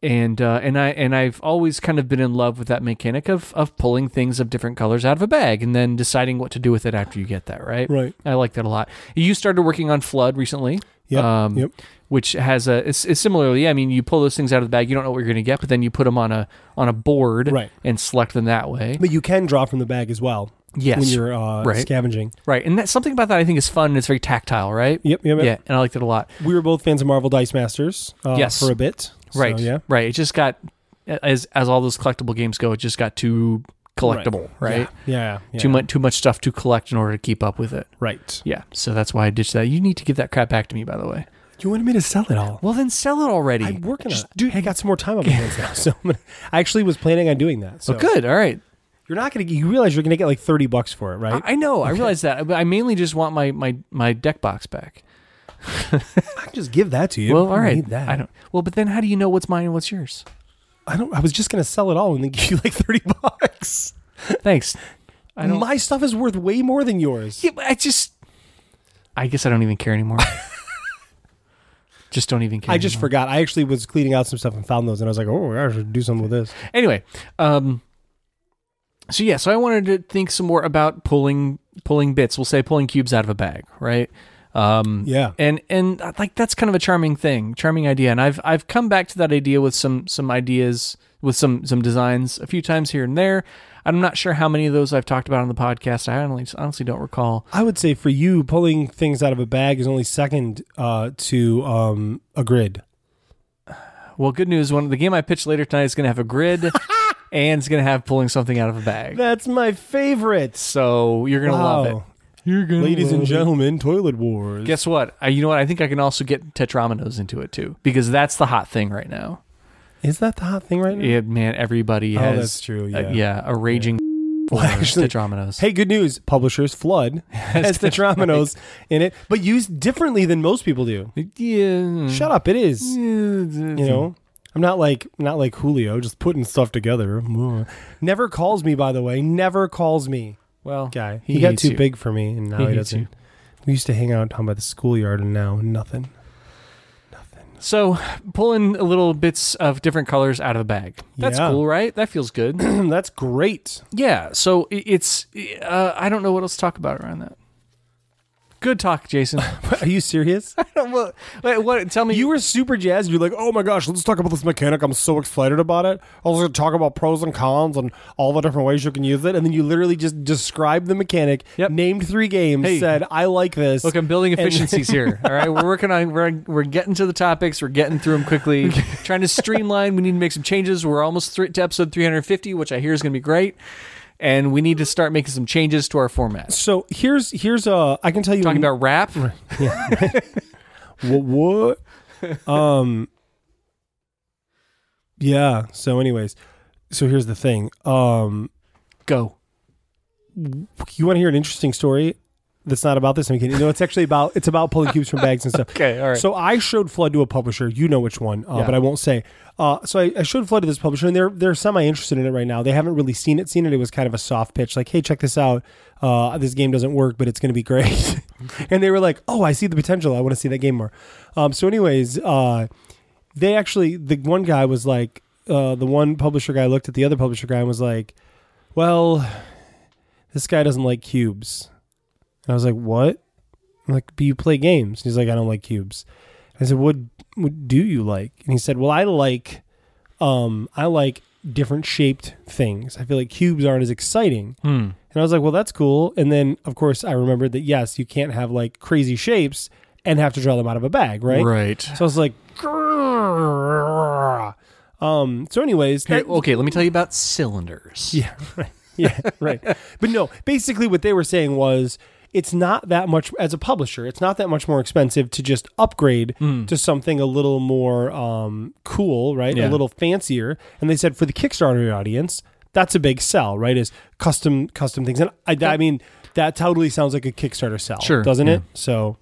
[SPEAKER 3] and uh, and I and I've always kind of been in love with that mechanic of of pulling things of different colors out of a bag and then deciding what to do with it after you get that right.
[SPEAKER 4] Right.
[SPEAKER 3] I like that a lot. You started working on Flood recently.
[SPEAKER 4] Yep.
[SPEAKER 3] um,
[SPEAKER 4] yep.
[SPEAKER 3] Which has a it's, it's similarly. I mean, you pull those things out of the bag. You don't know what you're going to get, but then you put them on a on a board
[SPEAKER 4] Right.
[SPEAKER 3] and select them that way.
[SPEAKER 4] But you can draw from the bag as well.
[SPEAKER 3] Yes.
[SPEAKER 4] When you're uh,
[SPEAKER 3] Right.
[SPEAKER 4] scavenging.
[SPEAKER 3] Right, and that's something about that I think is fun. and It's very tactile, right?
[SPEAKER 4] Yep, yep, yep.
[SPEAKER 3] Yeah, and I liked it a lot.
[SPEAKER 4] We were both fans of Marvel Dice Masters uh,
[SPEAKER 3] Yes.
[SPEAKER 4] for a bit. So,
[SPEAKER 3] Right,
[SPEAKER 4] yeah.
[SPEAKER 3] right. It just got as as all those collectible games go, it just got too collectible, right?
[SPEAKER 4] Yeah. yeah.
[SPEAKER 3] Too much, too much stuff to collect in order to keep up with it.
[SPEAKER 4] Right.
[SPEAKER 3] Yeah, so that's why I ditched that. You need to give that crap back to me, by the way.
[SPEAKER 4] You wanted me to sell it all.
[SPEAKER 3] Well, then sell it already.
[SPEAKER 4] I'm working on
[SPEAKER 3] Just
[SPEAKER 4] it. Hey, I got some more time on [LAUGHS] my hands now. So I'm gonna, I actually was planning on doing that. So
[SPEAKER 3] Oh, good. All right.
[SPEAKER 4] You're not going to, you realize you're going to get like 30 bucks for it, right?
[SPEAKER 3] I, I know. I realize that. But I mainly just want my my my deck box back.
[SPEAKER 4] I can just give that to you.
[SPEAKER 3] Well,
[SPEAKER 4] I
[SPEAKER 3] all
[SPEAKER 4] don't
[SPEAKER 3] right.
[SPEAKER 4] Need that.
[SPEAKER 3] I don't. Well, but then how do you know what's mine and what's yours?
[SPEAKER 4] I don't, I was just going to sell it all and then [LAUGHS] give you like 30 bucks.
[SPEAKER 3] Thanks. I don't.
[SPEAKER 4] My stuff is worth way more than yours.
[SPEAKER 3] Yeah, but I just. I guess I don't even care [LAUGHS] anymore. just don't even care.
[SPEAKER 4] I just
[SPEAKER 3] anymore.
[SPEAKER 4] forgot. I actually was cleaning out some stuff and found those, and I was like, "Oh, I should do something with this."
[SPEAKER 3] Anyway, um. So yeah, so I wanted to think some more about pulling pulling bits. We'll say pulling cubes out of a bag, right? Um,
[SPEAKER 4] Yeah.
[SPEAKER 3] and and uh, like that's kind of a charming thing, charming idea. And I've I've come back to that idea with some some ideas with some some designs a few times here and there. I'm not sure how many of those I've talked about on the podcast. I honestly honestly don't recall.
[SPEAKER 4] I would say for you, pulling things out of a bag is only second uh, to um, a grid.
[SPEAKER 3] Well, good news. One the game I pitch later tonight is going to have a
[SPEAKER 4] [LAUGHS]
[SPEAKER 3] grid, and it's going to have pulling something out of a bag.
[SPEAKER 4] That's my favorite.
[SPEAKER 3] So you're going to love it. You're going,
[SPEAKER 4] Ladies and gentlemen, toilet wars.
[SPEAKER 3] Guess what? I, you know what? I think I can also get Tetrominoes into it too, because that's the hot thing right now.
[SPEAKER 4] is that the hot thing right now?
[SPEAKER 3] Yeah, man, everybody
[SPEAKER 4] Oh,
[SPEAKER 3] has.
[SPEAKER 4] that's true,
[SPEAKER 3] uh,
[SPEAKER 4] yeah.
[SPEAKER 3] yeah, a raging for
[SPEAKER 4] [LAUGHS] actually-
[SPEAKER 3] Tetrominoes.
[SPEAKER 4] Hey, good news! Publishers
[SPEAKER 3] [LAUGHS]
[SPEAKER 4] flood has the Tetrominoes in it, but used differently than most people do.
[SPEAKER 3] yeah.
[SPEAKER 4] Shut up! It is.
[SPEAKER 3] Mm. You
[SPEAKER 4] you know i'm not like not like julio just putting
[SPEAKER 3] [LAUGHS]
[SPEAKER 4] stuff together never calls me by the way never calls me
[SPEAKER 3] Well,
[SPEAKER 4] guy
[SPEAKER 3] he
[SPEAKER 4] he, got
[SPEAKER 3] hates
[SPEAKER 4] too
[SPEAKER 3] you.
[SPEAKER 4] big for me and now
[SPEAKER 3] He
[SPEAKER 4] he,
[SPEAKER 3] hates
[SPEAKER 4] doesn't
[SPEAKER 3] you.
[SPEAKER 4] we used to hang out talking about the schoolyard and now nothing [CLEARS THROAT]
[SPEAKER 3] So pulling little bits of different colors out of a bag. That's
[SPEAKER 4] Yeah.
[SPEAKER 3] cool, right? That feels good.
[SPEAKER 4] that's great [LAUGHS]
[SPEAKER 3] yeah so i- it's uh, i don't know what else to talk about around that good talk [LAUGHS] jason
[SPEAKER 4] are you serious
[SPEAKER 3] what, wait, what tell me
[SPEAKER 4] you were super jazzed you're like oh my gosh let's talk about this mechanic i'm so excited about it i was going to talk about pros and cons and all the different ways you can use it and then you literally just described the mechanic
[SPEAKER 3] Yep.
[SPEAKER 4] named three games
[SPEAKER 3] Hey.
[SPEAKER 4] said i like this
[SPEAKER 3] look i'm building
[SPEAKER 4] and-
[SPEAKER 3] efficiencies [LAUGHS] here all right we're working on we're, we're getting to the topics we're getting through them [LAUGHS] quickly trying to streamline we need to make some changes we're almost thr to episode 350 which i hear is going to be great and we need to start making some changes to our format
[SPEAKER 4] so here's here's uh i can tell you
[SPEAKER 3] talking about rap
[SPEAKER 4] what
[SPEAKER 3] [LAUGHS]
[SPEAKER 4] what um yeah so anyways so here's the thing um
[SPEAKER 3] go
[SPEAKER 4] you want to hear an interesting story that's not about this I mean, you know it's actually about it's about pulling cubes from bags and
[SPEAKER 3] [LAUGHS]
[SPEAKER 4] stuff
[SPEAKER 3] Okay, all right.
[SPEAKER 4] so i showed flood to a publisher you know which one uh,
[SPEAKER 3] Yeah.
[SPEAKER 4] but i won't say uh, so I, I showed flood to this publisher and they're they're semi interested in it right now they haven't really seen it seen it it was kind of a soft pitch like hey check this out uh, this game doesn't work but it's going to be great [LAUGHS] and they were like oh i see the potential i want to see that game more um, so anyways uh, they actually the one guy was like uh, the one publisher guy looked at the other publisher guy and was like well this guy doesn't like cubes and i was like what I'm like, but you play games. And he's like, I don't like cubes. I said, what, what do you like? And he said, well, I like, um, I like different shaped things. I feel like cubes aren't as exciting.
[SPEAKER 3] Hmm.
[SPEAKER 4] And I was like, well, that's cool. And then, of course, I remembered that, yes, you can't have like crazy shapes and have to draw them out of a bag, right?
[SPEAKER 3] Right.
[SPEAKER 4] So I was like, "Grrrr." um, so anyways,
[SPEAKER 3] Here,
[SPEAKER 4] that-
[SPEAKER 3] okay, let me tell you about cylinders.
[SPEAKER 4] yeah, right. [LAUGHS] Yeah, right. but no, basically what they were saying was it's not that much as a publisher, it's not that much more expensive to just upgrade
[SPEAKER 3] Hmm.
[SPEAKER 4] to something a little more um, cool, right?
[SPEAKER 3] Yeah.
[SPEAKER 4] A little fancier. And they said for the Kickstarter audience, that's a big sell, right? Is custom custom things. And I, I mean, that totally sounds like a Kickstarter sell,
[SPEAKER 3] Sure,
[SPEAKER 4] doesn't
[SPEAKER 3] yeah.
[SPEAKER 4] it? So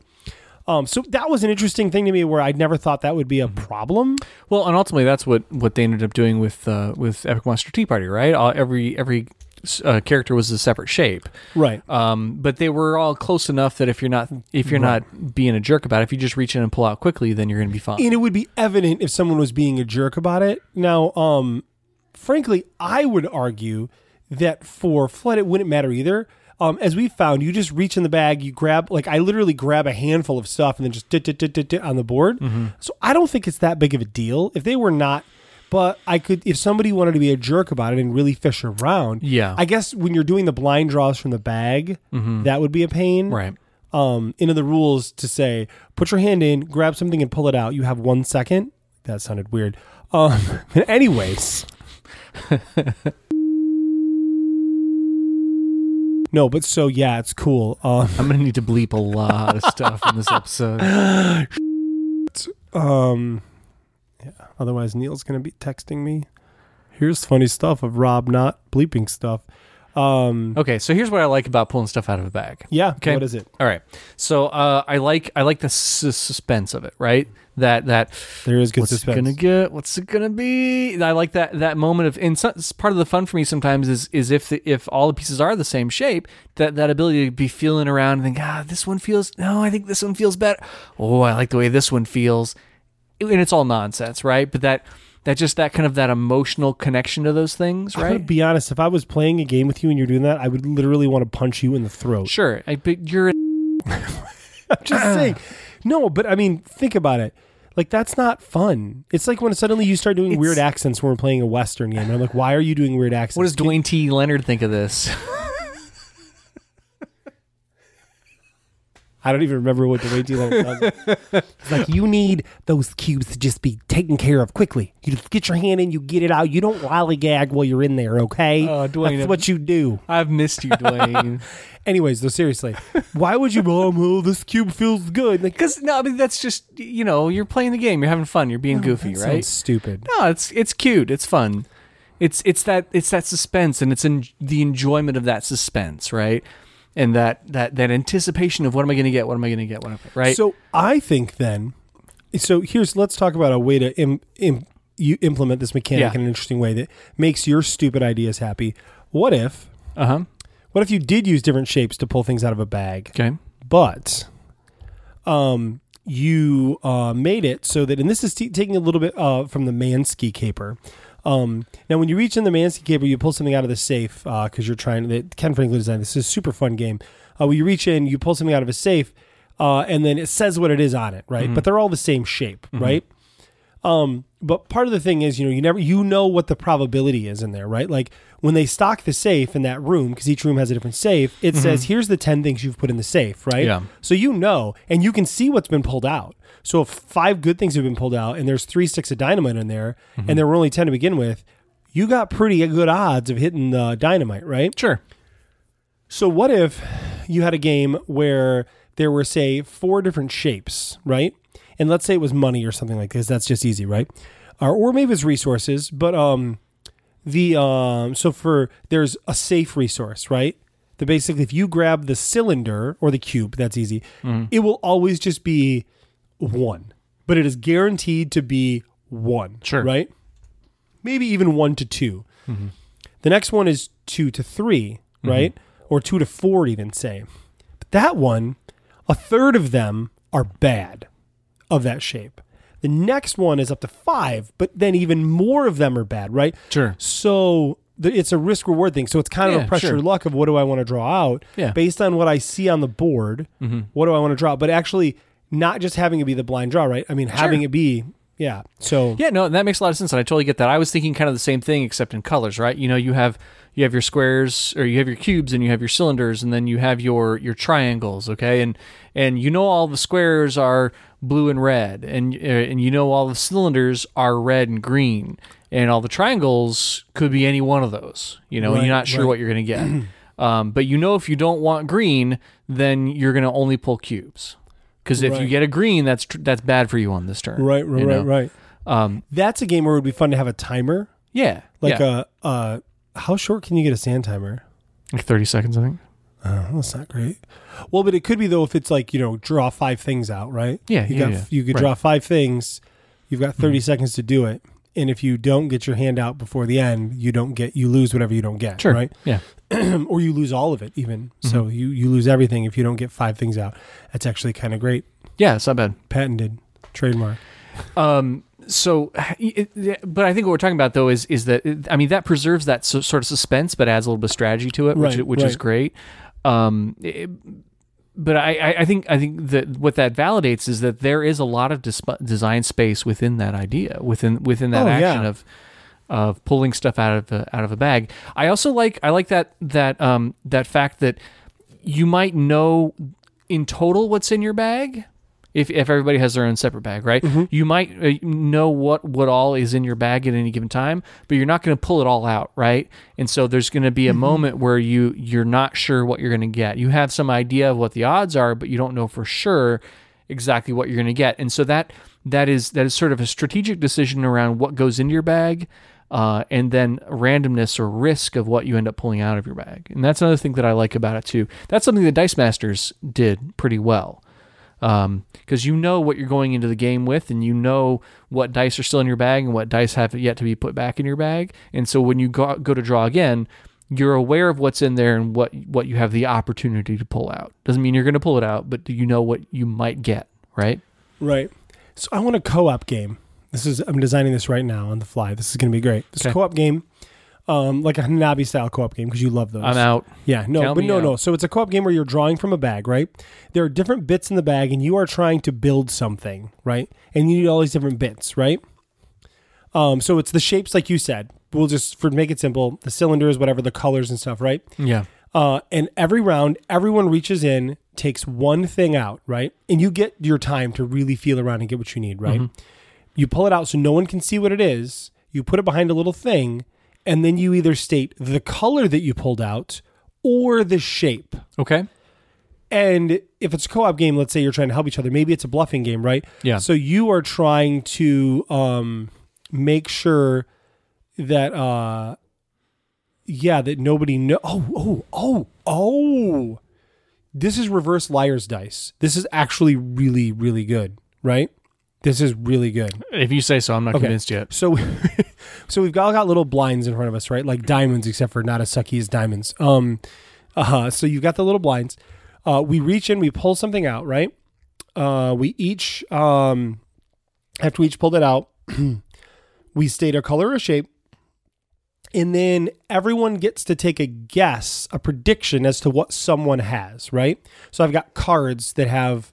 [SPEAKER 4] um, so that was an interesting thing to me where I'd never thought that would be a
[SPEAKER 3] Mm-hmm.
[SPEAKER 4] problem.
[SPEAKER 3] Well, and ultimately that's what what they ended up doing with uh, with Epic Monster Tea Party, right? Uh, every every uh, character was a separate shape.
[SPEAKER 4] Right.
[SPEAKER 3] Um, but they were all close enough that if you're not if you're not being a jerk about it, if you just reach in and pull out quickly, then you're going to be fine.
[SPEAKER 4] and it would be evident if someone was being a jerk about it. Now, um, frankly, I would argue that for Flood, it wouldn't matter either. Um, as we found, you just reach in the bag, you grab, like I literally grab a handful of stuff and then just dit, dit, dit, dit, dit on the board.
[SPEAKER 3] Mm-hmm.
[SPEAKER 4] So I don't think it's that big of a deal. If they were not, but I could, if somebody wanted to be a jerk about it and really fish around,
[SPEAKER 3] Yeah. Mm-hmm.
[SPEAKER 4] I guess when you're doing the blind draws from the bag, that would be a pain,
[SPEAKER 3] right.
[SPEAKER 4] um, into the rules to say, put your hand in, grab something, and pull it out. You have one second. That sounded weird. Um, [LAUGHS] anyways. [LAUGHS] no, but so yeah, it's cool. Um,
[SPEAKER 3] I'm going to need to bleep a lot of stuff in this episode.
[SPEAKER 4] um, yeah. Otherwise, Neil's gonna be texting me. Here's funny stuff of Rob not bleeping stuff. Um,
[SPEAKER 3] Okay, so here's what I like about pulling stuff out of a bag.
[SPEAKER 4] yeah.
[SPEAKER 3] Okay.
[SPEAKER 4] What is it?
[SPEAKER 3] All right. So uh, I like I like the sus- suspense of it, right? That that
[SPEAKER 4] There is good
[SPEAKER 3] what's
[SPEAKER 4] suspense.
[SPEAKER 3] it gonna get? What's it gonna be? I like that that moment of. And so, it's part of the fun for me sometimes is is if the, if all the pieces are the same shape, that that ability to be feeling around and think, ah, this one feels no, I think this one feels better. Oh, I like the way this one feels, and it's all nonsense, right? But that that just that kind of that emotional connection to those things,
[SPEAKER 4] I'm gonna
[SPEAKER 3] right?
[SPEAKER 4] be honest. If I was playing a game with you and you're doing that, I would literally want to punch you in the throat.
[SPEAKER 3] Sure, I, but you're
[SPEAKER 4] [LAUGHS] just saying. No, but I mean, think about it. Like that's not fun. It's like when suddenly you start doing weird accents when we're playing a Western game. And I'm like, why are you doing weird accents?
[SPEAKER 3] What does Dwayne T. Leonard think of this?
[SPEAKER 4] I don't even remember what Dwayne T. Leonard sounds like. It's like you need those cubes to just be taken care of quickly. You just get your hand in, you get it out. You don't lollygag while you're in there, okay?
[SPEAKER 3] Oh, Dwayne,
[SPEAKER 4] that's what you do.
[SPEAKER 3] I've missed you, [LAUGHS] Dwayne.
[SPEAKER 4] Anyways, though, seriously, why would you? [LAUGHS] Oh, well, this cube feels good. Like,
[SPEAKER 3] Because no, I mean that's just you know you're playing the game, you're having fun, you're being goofy,
[SPEAKER 4] that
[SPEAKER 3] right?
[SPEAKER 4] sounds stupid.
[SPEAKER 3] No, it's it's cute, it's fun. It's it's that it's that suspense, and it's in the enjoyment of that suspense, right? And that that that anticipation of what am I going to get? What am I going to get? What am I, right?
[SPEAKER 4] So I think then, so here's let's talk about a way to Im, im, you implement this mechanic
[SPEAKER 3] Yeah.
[SPEAKER 4] in an interesting way that makes your stupid ideas happy. What if,
[SPEAKER 3] uh huh.
[SPEAKER 4] what if you did use different shapes to pull things out of a bag,
[SPEAKER 3] Okay.
[SPEAKER 4] but, um, you uh, made it so that, and this is t- taking a little bit uh, from the Mansky caper. Um, now, when you reach in the Mansky caper, you pull something out of the safe because you're trying. That Ken Franklin designed this. is a super fun game. Uh, when you reach in, you pull something out of a safe, uh, and then it says what it is on it, right? But they're all the same shape, right? Um, but part of the thing is, you know, you never you know what the probability is in there, right? Like when they stock the safe in that room, because each room has a different safe, it says, here's the 10 things you've put in the safe, right?
[SPEAKER 3] Mm-hmm. Yeah.
[SPEAKER 4] So you know, and you can see what's been pulled out. So if five good things have been pulled out and there's three sticks of dynamite in there,
[SPEAKER 3] Mm-hmm.
[SPEAKER 4] and there were only 10 to begin with, you got pretty good odds of hitting the dynamite, right?
[SPEAKER 3] Sure.
[SPEAKER 4] So what if you had a game where there were say four different shapes, right? And let's say it was money or something like this. That's just easy, right? Or, or maybe it's resources, but um, the um, so for there's a safe resource, right? That basically, if you grab the cylinder or the cube, that's easy. It will always just be one, but it is guaranteed to be one.
[SPEAKER 3] Sure.
[SPEAKER 4] right? Maybe even one to 2 The next one is two to 3
[SPEAKER 3] Mm-hmm.
[SPEAKER 4] right? Or two to four, even say. But that one, a third of them are bad of that shape. The next one is up to five, but then even more of them are bad, right?
[SPEAKER 3] Sure.
[SPEAKER 4] So the, it's a risk reward thing. So it's kind of
[SPEAKER 3] Yeah,
[SPEAKER 4] a pressure
[SPEAKER 3] sure.
[SPEAKER 4] luck of what do I want to draw out
[SPEAKER 3] Yeah. Mm-hmm.
[SPEAKER 4] based on what I see on the board. What do I want to draw? But actually, not just having it be the blind draw, right? I mean, having it be yeah. So
[SPEAKER 3] Yeah, no, that makes a lot of sense, and I totally get that. I was thinking kind of the same thing, except in colors, right? You know, you have you have your squares, or you have your cubes, and you have your cylinders, and then you have your your triangles, okay? And and you know all the squares are blue and red, and uh, and you know all the cylinders are red and green, and all the triangles could be any one of those, you know, and you're
[SPEAKER 4] Right,
[SPEAKER 3] not sure
[SPEAKER 4] right.
[SPEAKER 3] what you're going to
[SPEAKER 4] [CLEARS THROAT]
[SPEAKER 3] get. Um, but you know, if you don't want green, then you're going to only pull cubes. Because if you
[SPEAKER 4] Right.
[SPEAKER 3] get a green, that's tr- that's bad for you on this turn.
[SPEAKER 4] right, right,
[SPEAKER 3] you know?
[SPEAKER 4] right, right.
[SPEAKER 3] Um,
[SPEAKER 4] That's a game where it would be fun to have a timer,
[SPEAKER 3] Yeah.
[SPEAKER 4] like
[SPEAKER 3] yeah.
[SPEAKER 4] a uh, how short can you get a sand timer?
[SPEAKER 3] like 30 seconds, I think.
[SPEAKER 4] Oh, that's not great. Well, but it could be though if it's like you know draw five things out, right?
[SPEAKER 3] Yeah,
[SPEAKER 4] you
[SPEAKER 3] yeah,
[SPEAKER 4] got
[SPEAKER 3] yeah.
[SPEAKER 4] you could
[SPEAKER 3] Right. Mm-hmm.
[SPEAKER 4] draw five things. You've got 30 seconds to do it, and if you don't get your hand out before the end, you don't get you lose whatever you don't get, right? [CLEARS THROAT]
[SPEAKER 3] Yeah.
[SPEAKER 4] or you lose all of it even.
[SPEAKER 3] Mm-hmm.
[SPEAKER 4] So you you lose everything if you don't get five things out. That's actually kind of great.
[SPEAKER 3] Yeah, it's not bad.
[SPEAKER 4] Patented trademark.
[SPEAKER 3] Um, so, it, it- but I think what we're talking about though is is that I mean that preserves that so, sort of suspense, but adds a little bit of strategy to it, which
[SPEAKER 4] Right,
[SPEAKER 3] which is
[SPEAKER 4] right.
[SPEAKER 3] great. Um, it- but I, I- I think I think that what that validates is that there is a lot of dis- design space within that idea within within that
[SPEAKER 4] Oh, yeah.
[SPEAKER 3] action of of pulling stuff out of a, out of a bag. I also like I like that that um that fact that you might know in total what's in your bag if if everybody has their own separate bag, right? You might uh, know what what all is in your bag at any given time, but you're not going to pull it all out, right? And so there's going to be a moment where you you're not sure what you're going to get. You have some idea of what the odds are, but you don't know for sure exactly what you're going to get. And so that that is that is sort of a strategic decision around what goes into your bag. Uh, and then randomness or risk of what you end up pulling out of your bag, and that's another thing that I like about it too. That's something that Dice Masters did pretty well because Um, you know what you're going into the game with, and you know what dice are still in your bag and what dice have yet to be put back in your bag. And so when you go, go to draw again, you're aware of what's in there and what what you have the opportunity to pull out. Doesn't mean you're going to pull it out, but do you know what you might get? Right?
[SPEAKER 4] Right. So I want a co-op game. This is I'm designing this right now on the fly. This is going to be great. This
[SPEAKER 3] Okay.
[SPEAKER 4] co-op game, um, like a Hanabi style co-op game because you love those.
[SPEAKER 3] I'm out.
[SPEAKER 4] Yeah, no,
[SPEAKER 3] Count
[SPEAKER 4] but
[SPEAKER 3] me
[SPEAKER 4] no,
[SPEAKER 3] out.
[SPEAKER 4] no. So it's a co-op game where you're drawing from a bag, right? There are different bits in the bag, and you are trying to build something, right? And you need all these different bits, right? Um, so it's the shapes, like you said. We'll just for make it simple, the cylinders, whatever, the colors and stuff, right?
[SPEAKER 3] Yeah.
[SPEAKER 4] Uh, and every round, everyone reaches in, takes one thing out, right? And you get your time to really feel around and get what you need, right? You pull it out so no one can see what it is. You put it behind a little thing, and then you either state the color that you pulled out or the shape.
[SPEAKER 3] Okay.
[SPEAKER 4] And if it's a co-op game, let's say you're trying to help each other, maybe it's a bluffing game, right?
[SPEAKER 3] Yeah.
[SPEAKER 4] So you are trying to um, make sure that, uh, yeah, that nobody know. Oh, oh, oh, oh! This is reverse liar's dice. This is actually really, really good, right? This is really good.
[SPEAKER 3] If you say so, I'm not
[SPEAKER 4] Okay.
[SPEAKER 3] convinced yet.
[SPEAKER 4] So, [LAUGHS] so we've all got little blinds in front of us, right? Like diamonds, except for not as sucky as diamonds. Um, uh, so you've got the little blinds. Uh, we reach in, we pull something out, right? Uh, we each, um, after we each pulled it out, [CLEARS THROAT] we state a color or shape, and then everyone gets to take a guess, a prediction as to what someone has, right? So I've got cards that have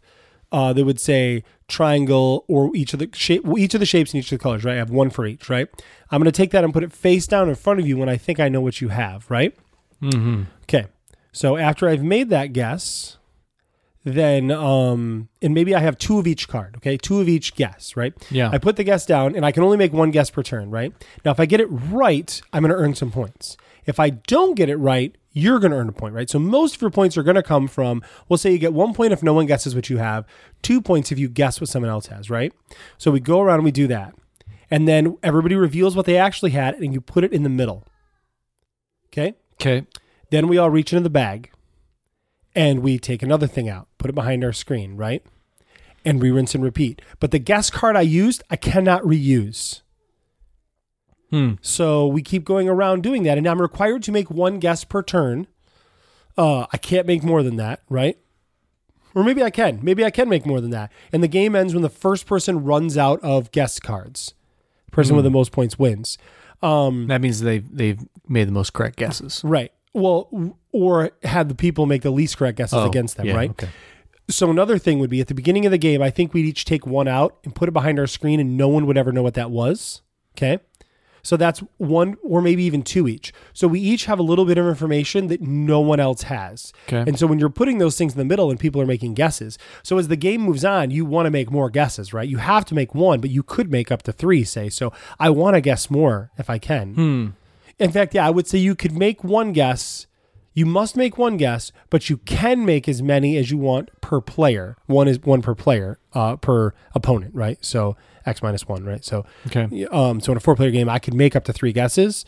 [SPEAKER 4] uh, that would say triangle or each of the shape, well, each of the shapes and each of the colors, right? I have one for each, right? I'm going to take that and put it face down in front of you when I think I know what you have, right? Okay. So after I've made that guess, then um and maybe I have two of each card, okay? Two of each guess, right?
[SPEAKER 3] Yeah.
[SPEAKER 4] I put the guess down and I can only make one guess per turn, right? Now if I get it right, I'm going to earn some points. If I don't get it right, you're going to earn a point, right? So most of your points are going to come from we'll say you get 1 point if no one guesses what you have, 2 points if you guess what someone else has, right? So we go around and we do that. And then everybody reveals what they actually had and you put it in the middle. Okay?
[SPEAKER 3] Okay.
[SPEAKER 4] Then we all reach into the bag and we take another thing out, put it behind our screen, right? And we rinse and repeat. But the guest card I used, I cannot reuse.
[SPEAKER 3] Hmm.
[SPEAKER 4] So we keep going around doing that. And I'm required to make one guess per turn. Uh, I can't make more than that, right? Or maybe I can. Maybe I can make more than that. And the game ends when the first person runs out of guest cards. Person with the most points wins. Um,
[SPEAKER 3] Hmm. That means they've they've made the most correct guesses.
[SPEAKER 4] right. Well, w- or had the people make the least correct guesses
[SPEAKER 3] Oh,
[SPEAKER 4] against them,
[SPEAKER 3] yeah,
[SPEAKER 4] right?
[SPEAKER 3] Okay.
[SPEAKER 4] So another thing would be at the beginning of the game, I think we'd each take one out and put it behind our screen and no one would ever know what that was. Okay. So that's one or maybe even two each. So we each have a little bit of information that no one else has.
[SPEAKER 3] Okay.
[SPEAKER 4] And so when you're putting those things in the middle and people are making guesses. So as the game moves on, you want to make more guesses, right? You have to make one, but you could make up to three, say. So I want to guess more if I can. In fact, yeah, I would say you could make one guess. You must make one guess, but you can make as many as you want per player. One is one per player, uh, per opponent, right? So X minus one, right? So
[SPEAKER 3] Okay.
[SPEAKER 4] um, so in a four-player game, I could make up to three guesses.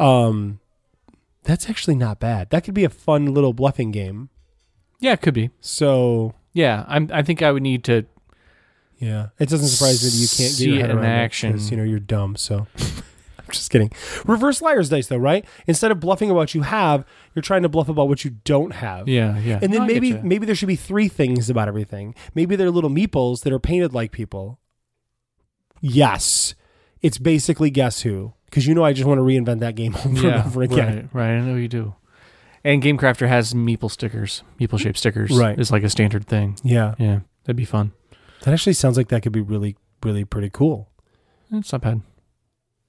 [SPEAKER 4] Um, that's actually not bad. That could be a fun little bluffing game.
[SPEAKER 3] Yeah, it could be.
[SPEAKER 4] So
[SPEAKER 3] Yeah, I'm. I think I would need to.
[SPEAKER 4] yeah, it doesn't surprise me that you can't get
[SPEAKER 3] See
[SPEAKER 4] your
[SPEAKER 3] it
[SPEAKER 4] head
[SPEAKER 3] in
[SPEAKER 4] around it
[SPEAKER 3] action.
[SPEAKER 4] 'cause, you know you're dumb. So [LAUGHS] I'm just kidding. Reverse liar's dice, though, right? Instead of bluffing about what you have, you're trying to bluff about what you don't have.
[SPEAKER 3] Yeah, yeah.
[SPEAKER 4] And then
[SPEAKER 3] No, I get
[SPEAKER 4] maybe
[SPEAKER 3] ya.
[SPEAKER 4] maybe there should be three things about everything. Maybe they're little meeples that are painted like people. Yes. It's basically guess who. Because you know I just want to reinvent that game [LAUGHS] over and over again.
[SPEAKER 3] Right, right. I know you do. And GameCrafter has meeple stickers, meeple shaped stickers.
[SPEAKER 4] Right.
[SPEAKER 3] It's like a standard thing.
[SPEAKER 4] Yeah.
[SPEAKER 3] Yeah. That'd be fun.
[SPEAKER 4] That actually sounds like that could be really, really pretty cool.
[SPEAKER 3] It's not bad.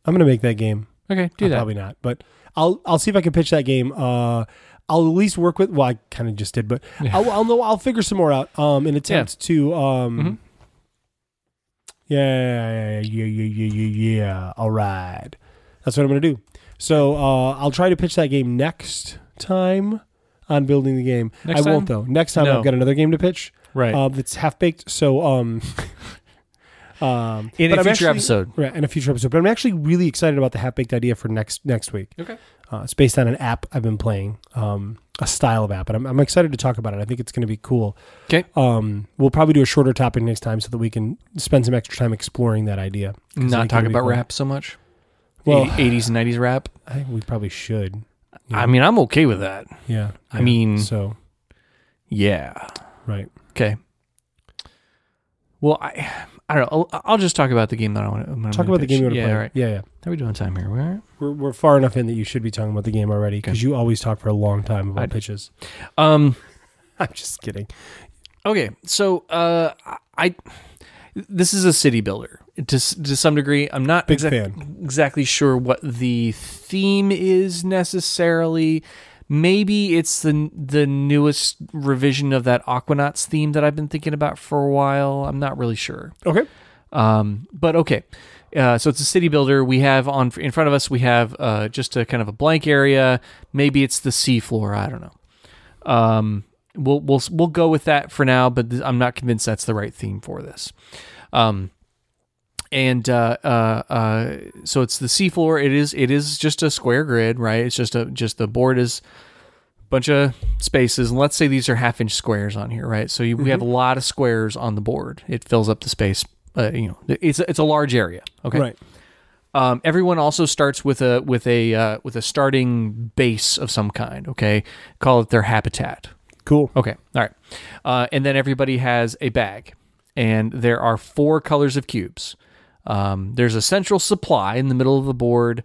[SPEAKER 4] I'm gonna make that game.
[SPEAKER 3] Okay, do
[SPEAKER 4] Uh,
[SPEAKER 3] that.
[SPEAKER 4] Probably not, but I'll I'll see if I can pitch that game. Uh, I'll at least work with. Well, I kind of just did, but
[SPEAKER 3] Yeah.
[SPEAKER 4] I'll, I'll know. I'll figure some more out. Um, in attempt to um.
[SPEAKER 3] Mhm.
[SPEAKER 4] Yeah, yeah, yeah, yeah, yeah, yeah, yeah. All right, that's what I'm gonna do. So uh, I'll try to pitch that game next time on building the game.
[SPEAKER 3] Next
[SPEAKER 4] I won't
[SPEAKER 3] time?
[SPEAKER 4] though. Next time
[SPEAKER 3] No.
[SPEAKER 4] I've got another game to pitch.
[SPEAKER 3] Right.
[SPEAKER 4] Uh, that's half baked. So um. [LAUGHS] Um,
[SPEAKER 3] In a
[SPEAKER 4] but I'm
[SPEAKER 3] future
[SPEAKER 4] actually-
[SPEAKER 3] episode.
[SPEAKER 4] right? In a future episode, but I'm actually really excited about the half baked idea for next next week.
[SPEAKER 3] Okay.
[SPEAKER 4] Uh, it's based on an app I've been playing, um, a style of app, and I'm, I'm excited to talk about it. I think it's going to be cool.
[SPEAKER 3] Okay.
[SPEAKER 4] Um, we'll probably do a shorter topic next time so that we can spend some extra time exploring that idea. 'Cause I think
[SPEAKER 3] Not talking
[SPEAKER 4] it'll be
[SPEAKER 3] about
[SPEAKER 4] cool.
[SPEAKER 3] rap so much.
[SPEAKER 4] Well-
[SPEAKER 3] Well, 80s and 90s rap.
[SPEAKER 4] I think we probably should.
[SPEAKER 3] Eh. I mean, I'm okay with that.
[SPEAKER 4] Yeah.
[SPEAKER 3] I
[SPEAKER 4] Yeah.
[SPEAKER 3] mean-
[SPEAKER 4] so
[SPEAKER 3] Yeah.
[SPEAKER 4] right.
[SPEAKER 3] Okay. Well, I, I don't know. I'll, I'll just talk about the game that I want to
[SPEAKER 4] Talk about the game you want to
[SPEAKER 3] yeah,
[SPEAKER 4] play.
[SPEAKER 3] All right.
[SPEAKER 4] Yeah, yeah.
[SPEAKER 3] How are we doing time here? Where?
[SPEAKER 4] We're, we're far enough in that you should be talking about the game already because you always talk for a long time about
[SPEAKER 3] I-
[SPEAKER 4] pitches. [LAUGHS]
[SPEAKER 3] Um.
[SPEAKER 4] I'm just kidding.
[SPEAKER 3] Okay, so uh, I this is a city builder to s- to some degree. I'm not
[SPEAKER 4] Big
[SPEAKER 3] exact-
[SPEAKER 4] fan.
[SPEAKER 3] exactly sure what the theme is necessarily. Maybe it's the the newest revision of that Aquanauts theme that I've been thinking about for a while. I'm not really sure.
[SPEAKER 4] Okay.
[SPEAKER 3] Um, but okay, uh, so it's a city builder. We have on in front of us. We have uh, just a kind of a blank area. Maybe it's the sea floor. I don't know. Um, we'll we'll we'll go with that for now. But th- I'm not convinced that's the right theme for this. Um, and uh, uh, uh, so it's the seafloor. It is it is just a square grid, right? It's just a just the board is bunch of spaces and let's say these are half inch squares on here right so you, we have a lot of squares on the board it fills up the space uh, you know it's, it's a large area okay
[SPEAKER 4] Right.
[SPEAKER 3] um, everyone also starts with a with a uh, with a starting base of some kind okay call it their habitat
[SPEAKER 4] Cool.
[SPEAKER 3] Okay. All right. Uh, and then everybody has a bag, and there are four colors of cubes. Um, there's a central supply in the middle of the board,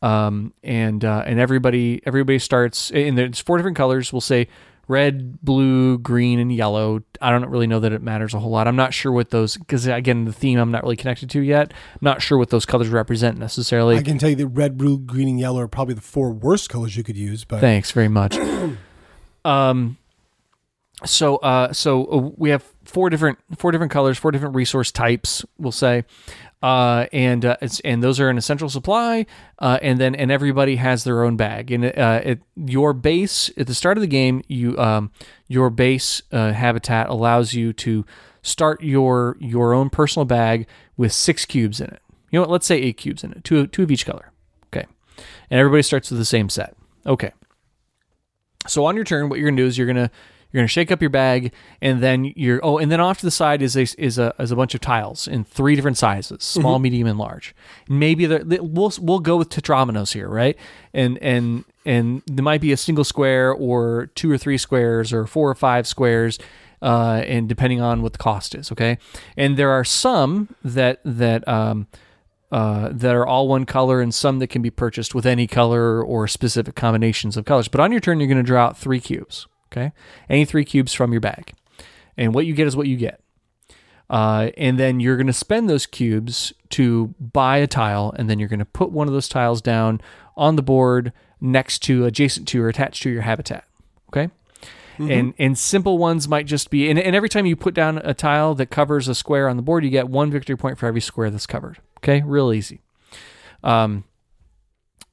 [SPEAKER 3] um, and uh, and everybody everybody starts. And there's four different colors. We'll say red, blue, green, and yellow. I don't really know that it matters a whole lot. I'm not sure what those because again the theme I'm not really connected to yet. Not sure what those colors represent necessarily.
[SPEAKER 5] I can tell you that red, blue, green, and yellow are probably the four worst colors you could use. But
[SPEAKER 3] Thanks very much. um, so uh, so uh, we have four different four different colors, four different resource types. We'll say, uh, and uh, it's, and those are an essential supply, uh, and then and everybody has their own bag. And uh, it, your base at the start of the game, you um, your base uh, habitat allows you to start your your own personal bag with six cubes in it. You know what? Let's say eight cubes in it, two two of each color. Okay, and everybody starts with the same set. Okay. So on your turn, what you're gonna do is you're gonna you're gonna shake up your bag, and then you're oh, and then off to the side is a is a is a bunch of tiles in three different sizes: small, medium, and large. Maybe there- th- we'll we'll go with tetrominoes here, right? And and and there might be a single square, or two or three squares, or four or five squares. Uh, and depending on what the cost is, okay, and there are some that that um, uh, that are all one color and some that can be purchased with any color or specific combinations of colors. But on your turn, you're going to draw out three cubes. Okay, any three cubes from your bag, and what you get is what you get. Uh, and then you're going to spend those cubes to buy a tile, and then you're going to put one of those tiles down on the board next to, adjacent to, or attached to your habitat. Okay. And and simple ones might just be, and, and every time you put down a tile that covers a square on the board, you get one victory point for every square that's covered. Okay, real easy Um,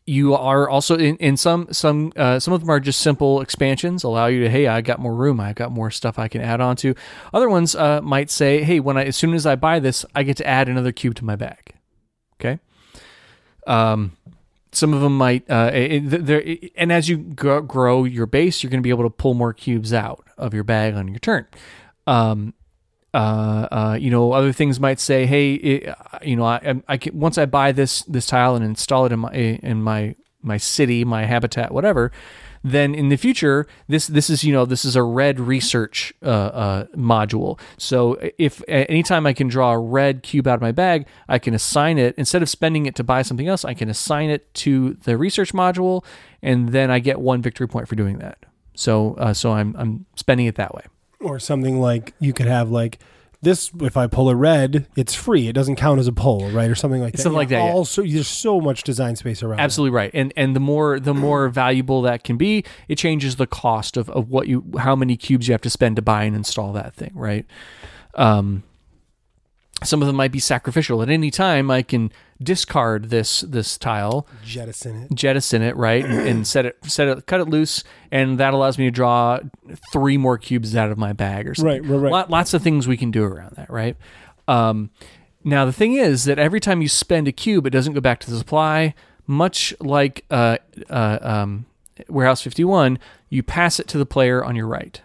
[SPEAKER 3] you are also in, in some some uh, some of them are just simple expansions allow you to hey i got more room i got more stuff i can add on to other ones uh, might say hey when i as soon as i buy this i get to add another cube to my bag okay um some of them might uh it, it- there it- and as you grow, grow your base you're going to be able to pull more cubes out of your bag on your turn um uh, uh, you know, other things might say, "Hey, it, you know, I, I can, once I buy this this tile and install it in my in my my city, my habitat, whatever, then in the future, this this is you know this is a red research uh, uh, module. So if a- anytime I can draw a red cube out of my bag, I can assign it instead of spending it to buy something else. I can assign it to the research module, and then I get one victory point for doing that. So uh, so I'm I'm spending it that way.
[SPEAKER 4] or something like you could have like this if i pull a red it's free it doesn't count as a poll right or something like that
[SPEAKER 3] Something like that, yeah.
[SPEAKER 4] also there's so much design space around it.
[SPEAKER 3] Absolutely right. And and the more the more valuable that can be, it changes the cost of, of what you how many cubes you have to spend to buy and install that thing, right? Um some of them might be sacrificial. At any time I can discard this this tile,
[SPEAKER 4] jettison it
[SPEAKER 3] jettison it, right? And,
[SPEAKER 4] [CLEARS THROAT]
[SPEAKER 3] and set it set it cut it loose and that allows me to draw three more cubes out of my bag or something.
[SPEAKER 4] Right, right, right.
[SPEAKER 3] Lot- lots of things we can do around that, right? Um, now the thing is that every time you spend a cube, it doesn't go back to the supply. Much like uh, uh, um, Warehouse 51, you pass it to the player on your right,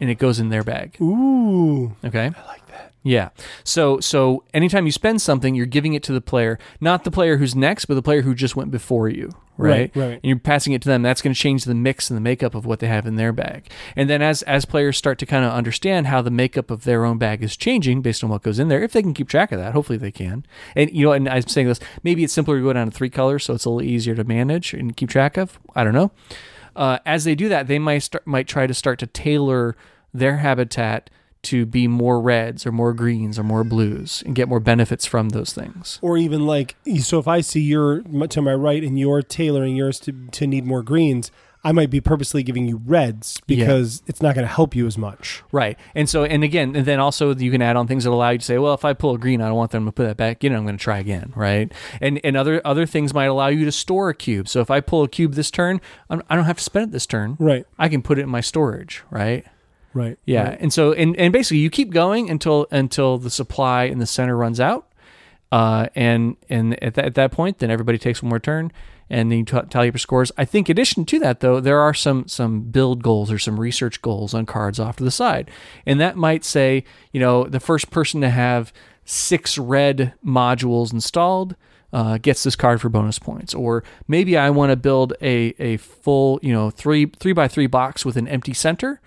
[SPEAKER 3] and it goes in their bag.
[SPEAKER 4] ooh
[SPEAKER 3] Okay. I like that. Yeah. So so anytime you spend something, you're giving it to the player, not the player who's next, but the player who just went before you. Right.
[SPEAKER 4] Right, right.
[SPEAKER 3] And you're passing it to them. That's going to change the mix and the makeup of what they have in their bag. And then as as players start to kind of understand how the makeup of their own bag is changing based on what goes in there, if they can keep track of that, hopefully they can. And you know, and I'm saying this, maybe it's simpler to go down to three colors, so it's a little easier to manage and keep track of. I don't know. Uh, as they do that, they might start, might try to start to tailor their habitat to be more reds or more greens or more blues and get more benefits from those things.
[SPEAKER 4] or even like so if i see your to my right and you're tailoring yours to, to need more greens i might be purposely giving you reds
[SPEAKER 3] Yeah.
[SPEAKER 4] because it's not going to help you as much
[SPEAKER 3] Right. And so, and again, and then also you can add on things that allow you to say, well, if I pull a green, I don't want them to put that back in. I'm going to try again. Right. And and other other things might allow you to store a cube. So if I pull a cube this turn, I'm, I don't have to spend it this turn.
[SPEAKER 4] right
[SPEAKER 3] I can put it in my storage. Right.
[SPEAKER 4] right
[SPEAKER 3] Yeah, and so and, and basically you keep going until until the supply in the center runs out, uh, and and at that, at that point, then everybody takes one more turn, and then you t- tally up your scores. I think, in addition to that, though, there are some some build goals or some research goals on cards off to the side, and that might say, you know, the first person to have six red modules installed uh, gets this card for bonus points. Or maybe I want to build a a full, you know, three three by three box with an empty center,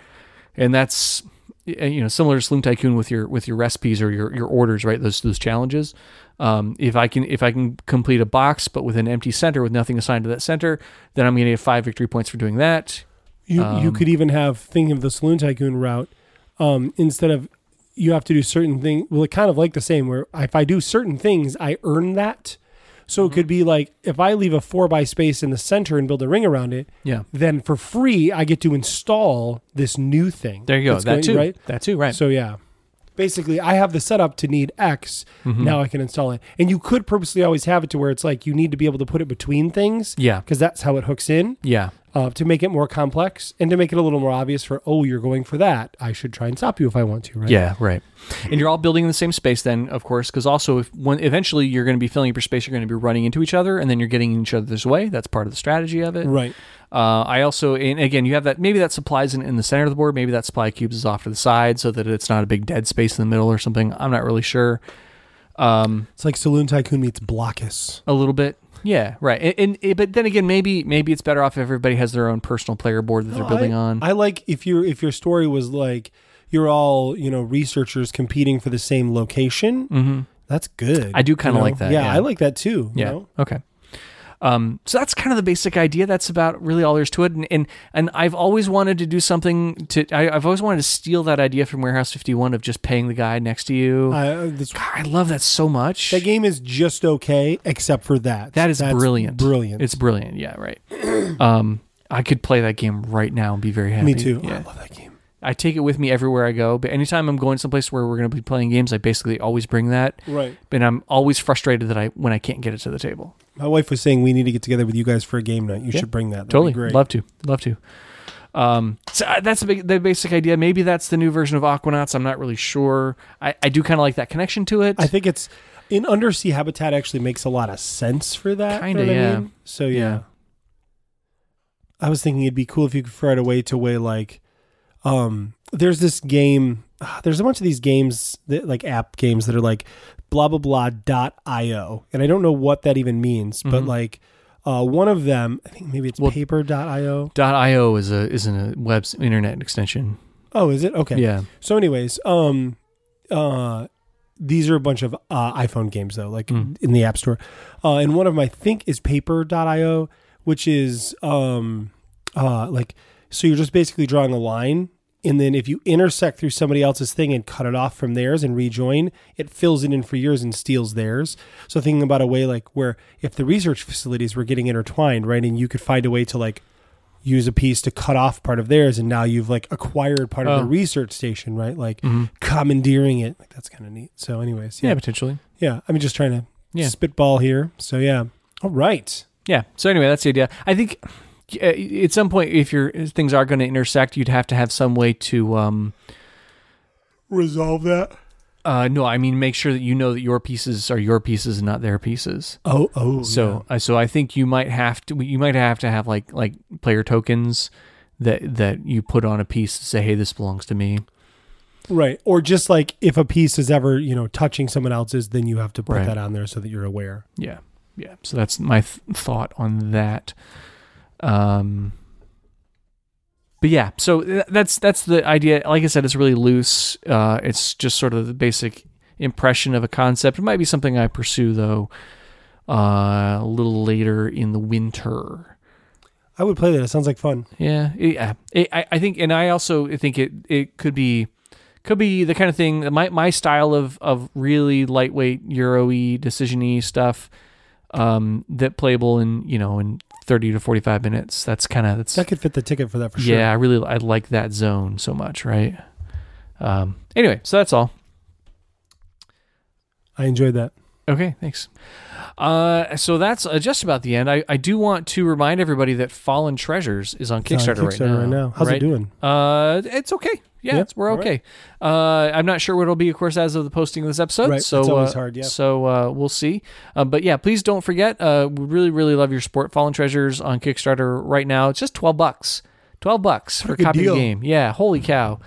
[SPEAKER 3] and that's y- you know similar to Slim Tycoon with your with your recipes or your your orders, right? Those those challenges. Um, if I can if I can complete a box but with an empty center with nothing assigned to that center, then I'm going to get five victory points for doing that.
[SPEAKER 4] You
[SPEAKER 3] Um,
[SPEAKER 4] you could even have thinking of the saloon tycoon route. Um, instead of you have to do certain things. Well, it kind of like the same where if I do certain things, I earn that. So it could
[SPEAKER 3] Mm-hmm.
[SPEAKER 4] be like if I leave a four by space in the center and build a ring around it,
[SPEAKER 3] Yeah,
[SPEAKER 4] then for free I get to install this new thing.
[SPEAKER 3] there you go.
[SPEAKER 4] that's
[SPEAKER 3] That
[SPEAKER 4] going-
[SPEAKER 3] too.
[SPEAKER 4] right?
[SPEAKER 3] That too. Right.
[SPEAKER 4] So yeah. Basically, I have the setup to need X.
[SPEAKER 3] Mm-hmm.
[SPEAKER 4] Now I can install it. And you could purposely always have it to where it's like you need to be able to put it between things.
[SPEAKER 3] Yeah.
[SPEAKER 4] Because that's how it hooks in
[SPEAKER 3] yeah.
[SPEAKER 4] uh, to make it more complex and to make it a little more obvious for oh you're going for that i should try and stop you if i want to right
[SPEAKER 3] Yeah, right. And you're all building in the same space then, of course, because also if when eventually you're going to be filling up your space, you're going to be running into each other, and then you're getting in each other's way. That's part of the strategy of it.
[SPEAKER 4] right
[SPEAKER 3] Uh, I also, and again, you have that. Maybe that supplies in, in the center of the board. Maybe that supply cubes is off to the side, so that it's not a big dead space in the middle or something. I'm not really sure.
[SPEAKER 5] It's like Saloon Tycoon meets Blockus.
[SPEAKER 3] A little bit, yeah, right. And, and, and- but then again, maybe maybe it's better off if everybody has their own personal player board that they're building
[SPEAKER 4] I,
[SPEAKER 3] on.
[SPEAKER 4] i like if your if your story was like you're all you know researchers competing for the same location That's good.
[SPEAKER 3] Mm-hmm. I do kinda
[SPEAKER 4] you know?
[SPEAKER 3] like that,
[SPEAKER 4] Yeah,
[SPEAKER 3] yeah.
[SPEAKER 4] I like that too. You
[SPEAKER 3] Yeah.
[SPEAKER 4] know?
[SPEAKER 3] Okay. Um, so that's kind of the basic idea. That's about really all there's to it. And and, and I've always wanted to do something to. I, I've always wanted to steal that idea from Warehouse 51 of just paying the guy next to you.
[SPEAKER 4] I-
[SPEAKER 5] Uh, this-
[SPEAKER 3] God, I love that so much.
[SPEAKER 4] That game is just okay, except for that.
[SPEAKER 3] that is
[SPEAKER 4] That's
[SPEAKER 3] brilliant.
[SPEAKER 4] Brilliant.
[SPEAKER 3] It's brilliant. Yeah. Right. [CLEARS THROAT] um, I could play that game right now and be very happy.
[SPEAKER 4] me too. I
[SPEAKER 3] Yeah.
[SPEAKER 4] love that game.
[SPEAKER 3] I take it with me everywhere I go. But anytime I'm going someplace where we're going to be playing games, I basically always bring that.
[SPEAKER 4] Right.
[SPEAKER 3] And I'm always frustrated that I when I can't get it to the table.
[SPEAKER 4] My wife was saying we need to get together with you guys for a game night. You should bring that. That'd
[SPEAKER 3] totally
[SPEAKER 4] Be great.
[SPEAKER 3] love to love to um so uh, that's the big, the basic idea maybe that's the new version of aquanauts i'm not really sure i, I do kind of like that connection to it
[SPEAKER 4] I think it's in undersea habitat actually makes a lot of sense for that.
[SPEAKER 3] Kinda,
[SPEAKER 4] know what I
[SPEAKER 3] yeah.
[SPEAKER 4] mean? So yeah.
[SPEAKER 3] Yeah.
[SPEAKER 4] I was thinking it'd be cool if you could figure out a way to way like, um, there's this game. [SIGHS] ah, There's a bunch of these games that like app games that are like blah blah blah dot io, and I don't know what that even means, but like. Uh, one of them, I think maybe it's
[SPEAKER 3] Mm-hmm. Well-
[SPEAKER 4] paper.io.
[SPEAKER 3] io is a is an, a web internet extension
[SPEAKER 4] Oh, is it? Okay.
[SPEAKER 3] yeah
[SPEAKER 4] So, anyways, um, uh, these are a bunch of uh, iPhone games though, like in the App Store, uh, and one of them I think is Paper.io, which is um, uh, like so you're just basically drawing a line, and then if you intersect through somebody else's thing and cut it off from theirs and rejoin, it fills it in for yours and steals theirs. So thinking about a way like where if the research facilities were getting intertwined, right, and you could find a way to like use a piece to cut off part of theirs and now you've like acquired part of
[SPEAKER 3] Oh. Mm-hmm.
[SPEAKER 4] the research station right like commandeering it like that's kind of neat so anyways
[SPEAKER 3] yeah
[SPEAKER 4] yeah yeah,
[SPEAKER 3] potentially
[SPEAKER 4] i'm just trying to
[SPEAKER 3] Yeah.
[SPEAKER 4] spitball here so yeah all right
[SPEAKER 3] yeah so anyway that's the idea i think uh, at some point if your if things are going to intersect you'd have to have some way to um
[SPEAKER 5] resolve that.
[SPEAKER 3] uh no i mean make sure that you know that your pieces are your pieces and not their pieces
[SPEAKER 4] oh oh
[SPEAKER 3] So, uh, so I think you might have to you might have to have like like player tokens that that you put on a piece to say, hey, this belongs to me.
[SPEAKER 4] yeah. right or just like if a piece is ever you know touching someone else's then you have to put
[SPEAKER 3] Right.
[SPEAKER 4] that on there so that you're aware
[SPEAKER 3] Yeah, yeah. So that's my th- thought on that. Um, but yeah, so th- that's that's the idea. Like I said, it's really loose. Uh, it's just sort of the basic impression of a concept. It might be something I pursue though uh, a little later in the winter.
[SPEAKER 4] i would play that it sounds like fun
[SPEAKER 3] Yeah, yeah. It, I, I think, and I also think it it could be could be the kind of thing that my my style of of really lightweight Euro-y, decision-y stuff um, that playable in you know in thirty to forty five minutes. That's kind of that's
[SPEAKER 4] that could fit the ticket for that for sure
[SPEAKER 3] yeah. I really I like that zone so much, right? Um, anyway, so that's all.
[SPEAKER 4] i enjoyed that
[SPEAKER 3] Okay, thanks. Uh, so that's uh, just about the end. I, I do want to remind everybody that Fallen Treasures is on
[SPEAKER 4] It's on
[SPEAKER 3] Kickstarter,
[SPEAKER 4] Uh, Kickstarter right now. How's it
[SPEAKER 3] right?
[SPEAKER 4] doing?
[SPEAKER 3] Uh, it's okay. Yeah,
[SPEAKER 4] Yeah,
[SPEAKER 3] it's- we're
[SPEAKER 4] all right.
[SPEAKER 3] okay. Uh, I'm not sure what it'll be, of course, as of the posting of this episode.
[SPEAKER 4] Right,
[SPEAKER 3] So
[SPEAKER 4] it's always
[SPEAKER 3] uh,
[SPEAKER 4] hard, yeah.
[SPEAKER 3] So uh, we'll see. Uh, but yeah, please don't forget. Uh, we really, really love your support. Fallen Treasures on Kickstarter right now. It's just twelve bucks. Twelve bucks for a
[SPEAKER 5] good
[SPEAKER 3] copy of
[SPEAKER 5] deal.
[SPEAKER 3] the game. Yeah, holy cow!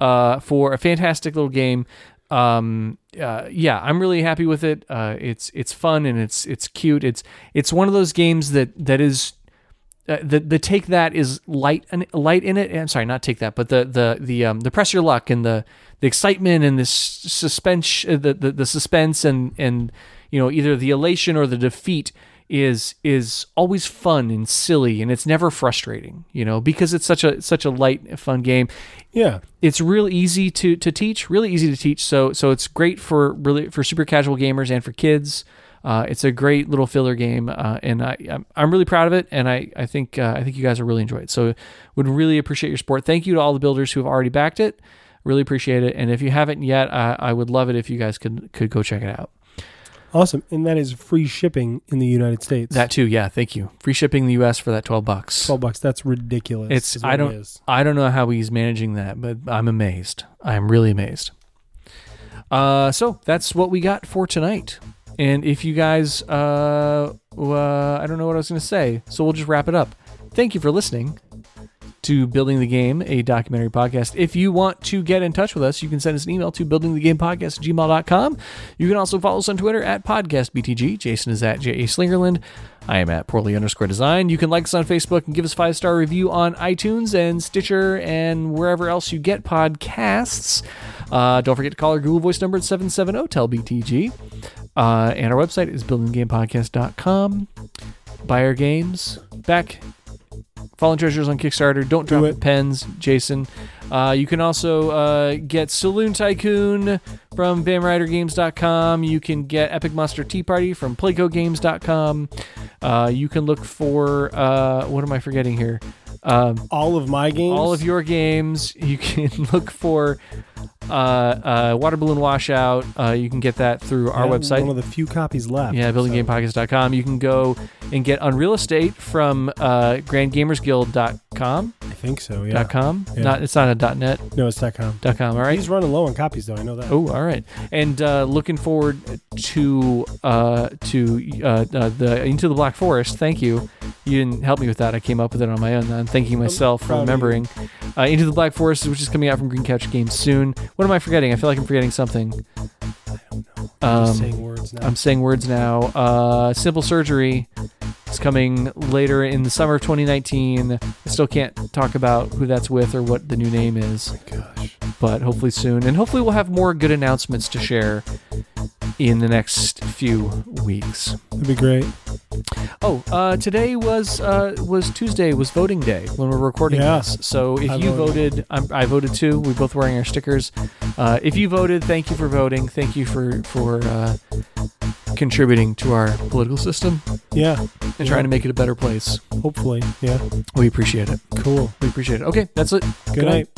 [SPEAKER 3] Uh, for a fantastic little game. Um, uh, yeah, I'm really happy with it. Uh, it's it's fun and it's it's cute. It's it's one of those games that that is uh, the the take that is light and light in it. I'm sorry, not take that, but the the the um the press your luck and the the excitement and the s- suspense, uh, the, the the suspense and and you know either the elation or the defeat is is always fun and silly and it's never frustrating, you know, because it's such a such a light fun game
[SPEAKER 4] yeah
[SPEAKER 3] it's real easy to to teach, really easy to teach. So so it's great for really for super casual gamers and for kids. Uh, it's a great little filler game, uh, and I I'm, I'm really proud of it, and I I think uh, I think you guys will really enjoy it. So would really appreciate your support. Thank you to all the builders who have already backed it. Really appreciate it, and if you haven't yet, I, I would love it if you guys could could go check it out.
[SPEAKER 4] awesome and that is free shipping in the united states
[SPEAKER 3] That too, yeah. Thank you. Free shipping in the U.S. for that twelve bucks.
[SPEAKER 4] 12 bucks that's ridiculous
[SPEAKER 3] It's
[SPEAKER 4] is what
[SPEAKER 3] I
[SPEAKER 4] it
[SPEAKER 3] don't
[SPEAKER 4] is.
[SPEAKER 3] I don't know how he's managing that, but I'm amazed. I'm really amazed. Uh, so that's what we got for tonight. And if you guys, uh, uh, I don't know what I was going to say, so we'll just wrap it up. Thank you for listening. to Building the Game, a documentary podcast. If you want to get in touch with us, you can send us an email to buildingthegamepodcast at gmail.com. You can also follow us on Twitter at podcastbtg. Jason is at J.A. Slingerland. I am at poorly underscore design. You can like us on Facebook and give us a five star review on iTunes and Stitcher and wherever else you get podcasts. Uh, don't forget to call our Google voice number at oh, 770 TEL BTG. Uh, and our website is buildinggamepodcast.com. Buy our games. Back Fallen Treasures on Kickstarter. Don't drop
[SPEAKER 4] it.
[SPEAKER 3] pens, Jason. Uh, you can also uh, get Saloon Tycoon from BamRiderGames.com. You can get Epic Monster Tea Party from PlayGoGames.com. Uh, you can look for uh, what am I forgetting here? Um,
[SPEAKER 4] All of my games.
[SPEAKER 3] all of your games. [LAUGHS] You can look for uh, uh, Water Balloon Washout. Uh, you can get that through our
[SPEAKER 4] Yeah,
[SPEAKER 3] website.
[SPEAKER 4] One of the few copies left.
[SPEAKER 3] Yeah, buildinggamepockets.com. You can go and get Unreal Estate from uh, grandgamersguild.com.
[SPEAKER 4] I think so. Yeah.
[SPEAKER 3] Dot .com.
[SPEAKER 4] Yeah.
[SPEAKER 3] Not it's not a dot .net.
[SPEAKER 4] No, it's dot com.
[SPEAKER 3] Dot .com, all right?
[SPEAKER 4] He's running low on copies though. I know that.
[SPEAKER 3] Oh, all right. And uh, looking forward to uh, to uh, uh, the Into the Black Forest. Thank you. You didn't help me with that. I came up with it on my own. I'm thanking myself for
[SPEAKER 4] proud of you.
[SPEAKER 3] remembering. Uh, Into the Black Forest, which is coming out from Green Couch Games soon. What am I forgetting? I feel like I'm forgetting something.
[SPEAKER 4] I'm just
[SPEAKER 3] Um,
[SPEAKER 4] saying words now.
[SPEAKER 3] I'm saying words now. Uh, Simple Surgery is coming later in the summer of 2019. I still can't talk about who that's with or what the new name is,
[SPEAKER 5] Gosh.
[SPEAKER 3] but hopefully soon. And hopefully we'll have more good announcements to share in the next few weeks.
[SPEAKER 4] That'd be great.
[SPEAKER 3] Oh, uh, today was uh, was Tuesday was voting day when we're recording
[SPEAKER 4] Yeah.
[SPEAKER 3] this. So if
[SPEAKER 4] I
[SPEAKER 3] you
[SPEAKER 4] voted.
[SPEAKER 3] voted, I'm, I voted too. We're both wearing our stickers. Uh, if you voted, thank you for voting. Thank you for for uh, contributing to our political system
[SPEAKER 4] Yeah.
[SPEAKER 3] and trying to make it a better place.
[SPEAKER 4] Hopefully. Yeah.
[SPEAKER 3] We appreciate it.
[SPEAKER 4] Cool.
[SPEAKER 3] We appreciate it. Okay, that's it.
[SPEAKER 4] Good, night.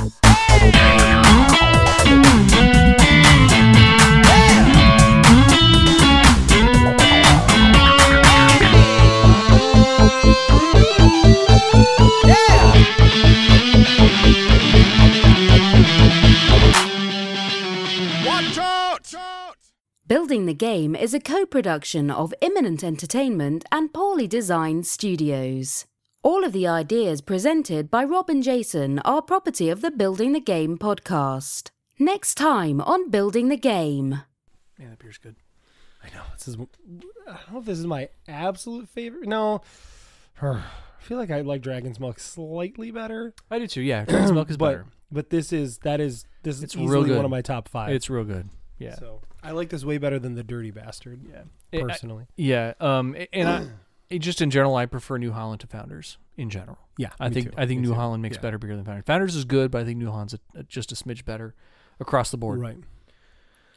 [SPEAKER 5] Watch out!
[SPEAKER 1] Building the Game is a co production of Imminent Entertainment and Poorly Designed Studios. All of the ideas presented by Rob and Jason are property of the Building the Game podcast. Next time on Building the Game.
[SPEAKER 3] Man, that beer's good.
[SPEAKER 4] I know this is. I don't know if this is my absolute favorite. No. [SIGHS] I feel like I like Dragon's Milk slightly better.
[SPEAKER 3] I do too. Yeah, Dragon's milk is
[SPEAKER 4] [CLEARS THROAT] but
[SPEAKER 3] better.
[SPEAKER 4] but this is that is this is
[SPEAKER 3] It's real
[SPEAKER 4] easily
[SPEAKER 3] good.
[SPEAKER 4] one of my top five.
[SPEAKER 3] It's real good. Yeah.
[SPEAKER 4] So I like this way better than the Dirty Bastard.
[SPEAKER 3] yeah.
[SPEAKER 4] Personally,
[SPEAKER 3] Yeah, um, a- and I, it- just in general, I prefer New Holland to Founders in general.
[SPEAKER 4] Yeah,
[SPEAKER 3] I
[SPEAKER 4] me
[SPEAKER 3] think
[SPEAKER 4] too.
[SPEAKER 3] I think
[SPEAKER 4] Me
[SPEAKER 3] New
[SPEAKER 4] too.
[SPEAKER 3] Holland makes
[SPEAKER 4] Yeah.
[SPEAKER 3] better beer than Founders. Founders is good, but I think New Holland's a, a- just a smidge better across the board.
[SPEAKER 4] right?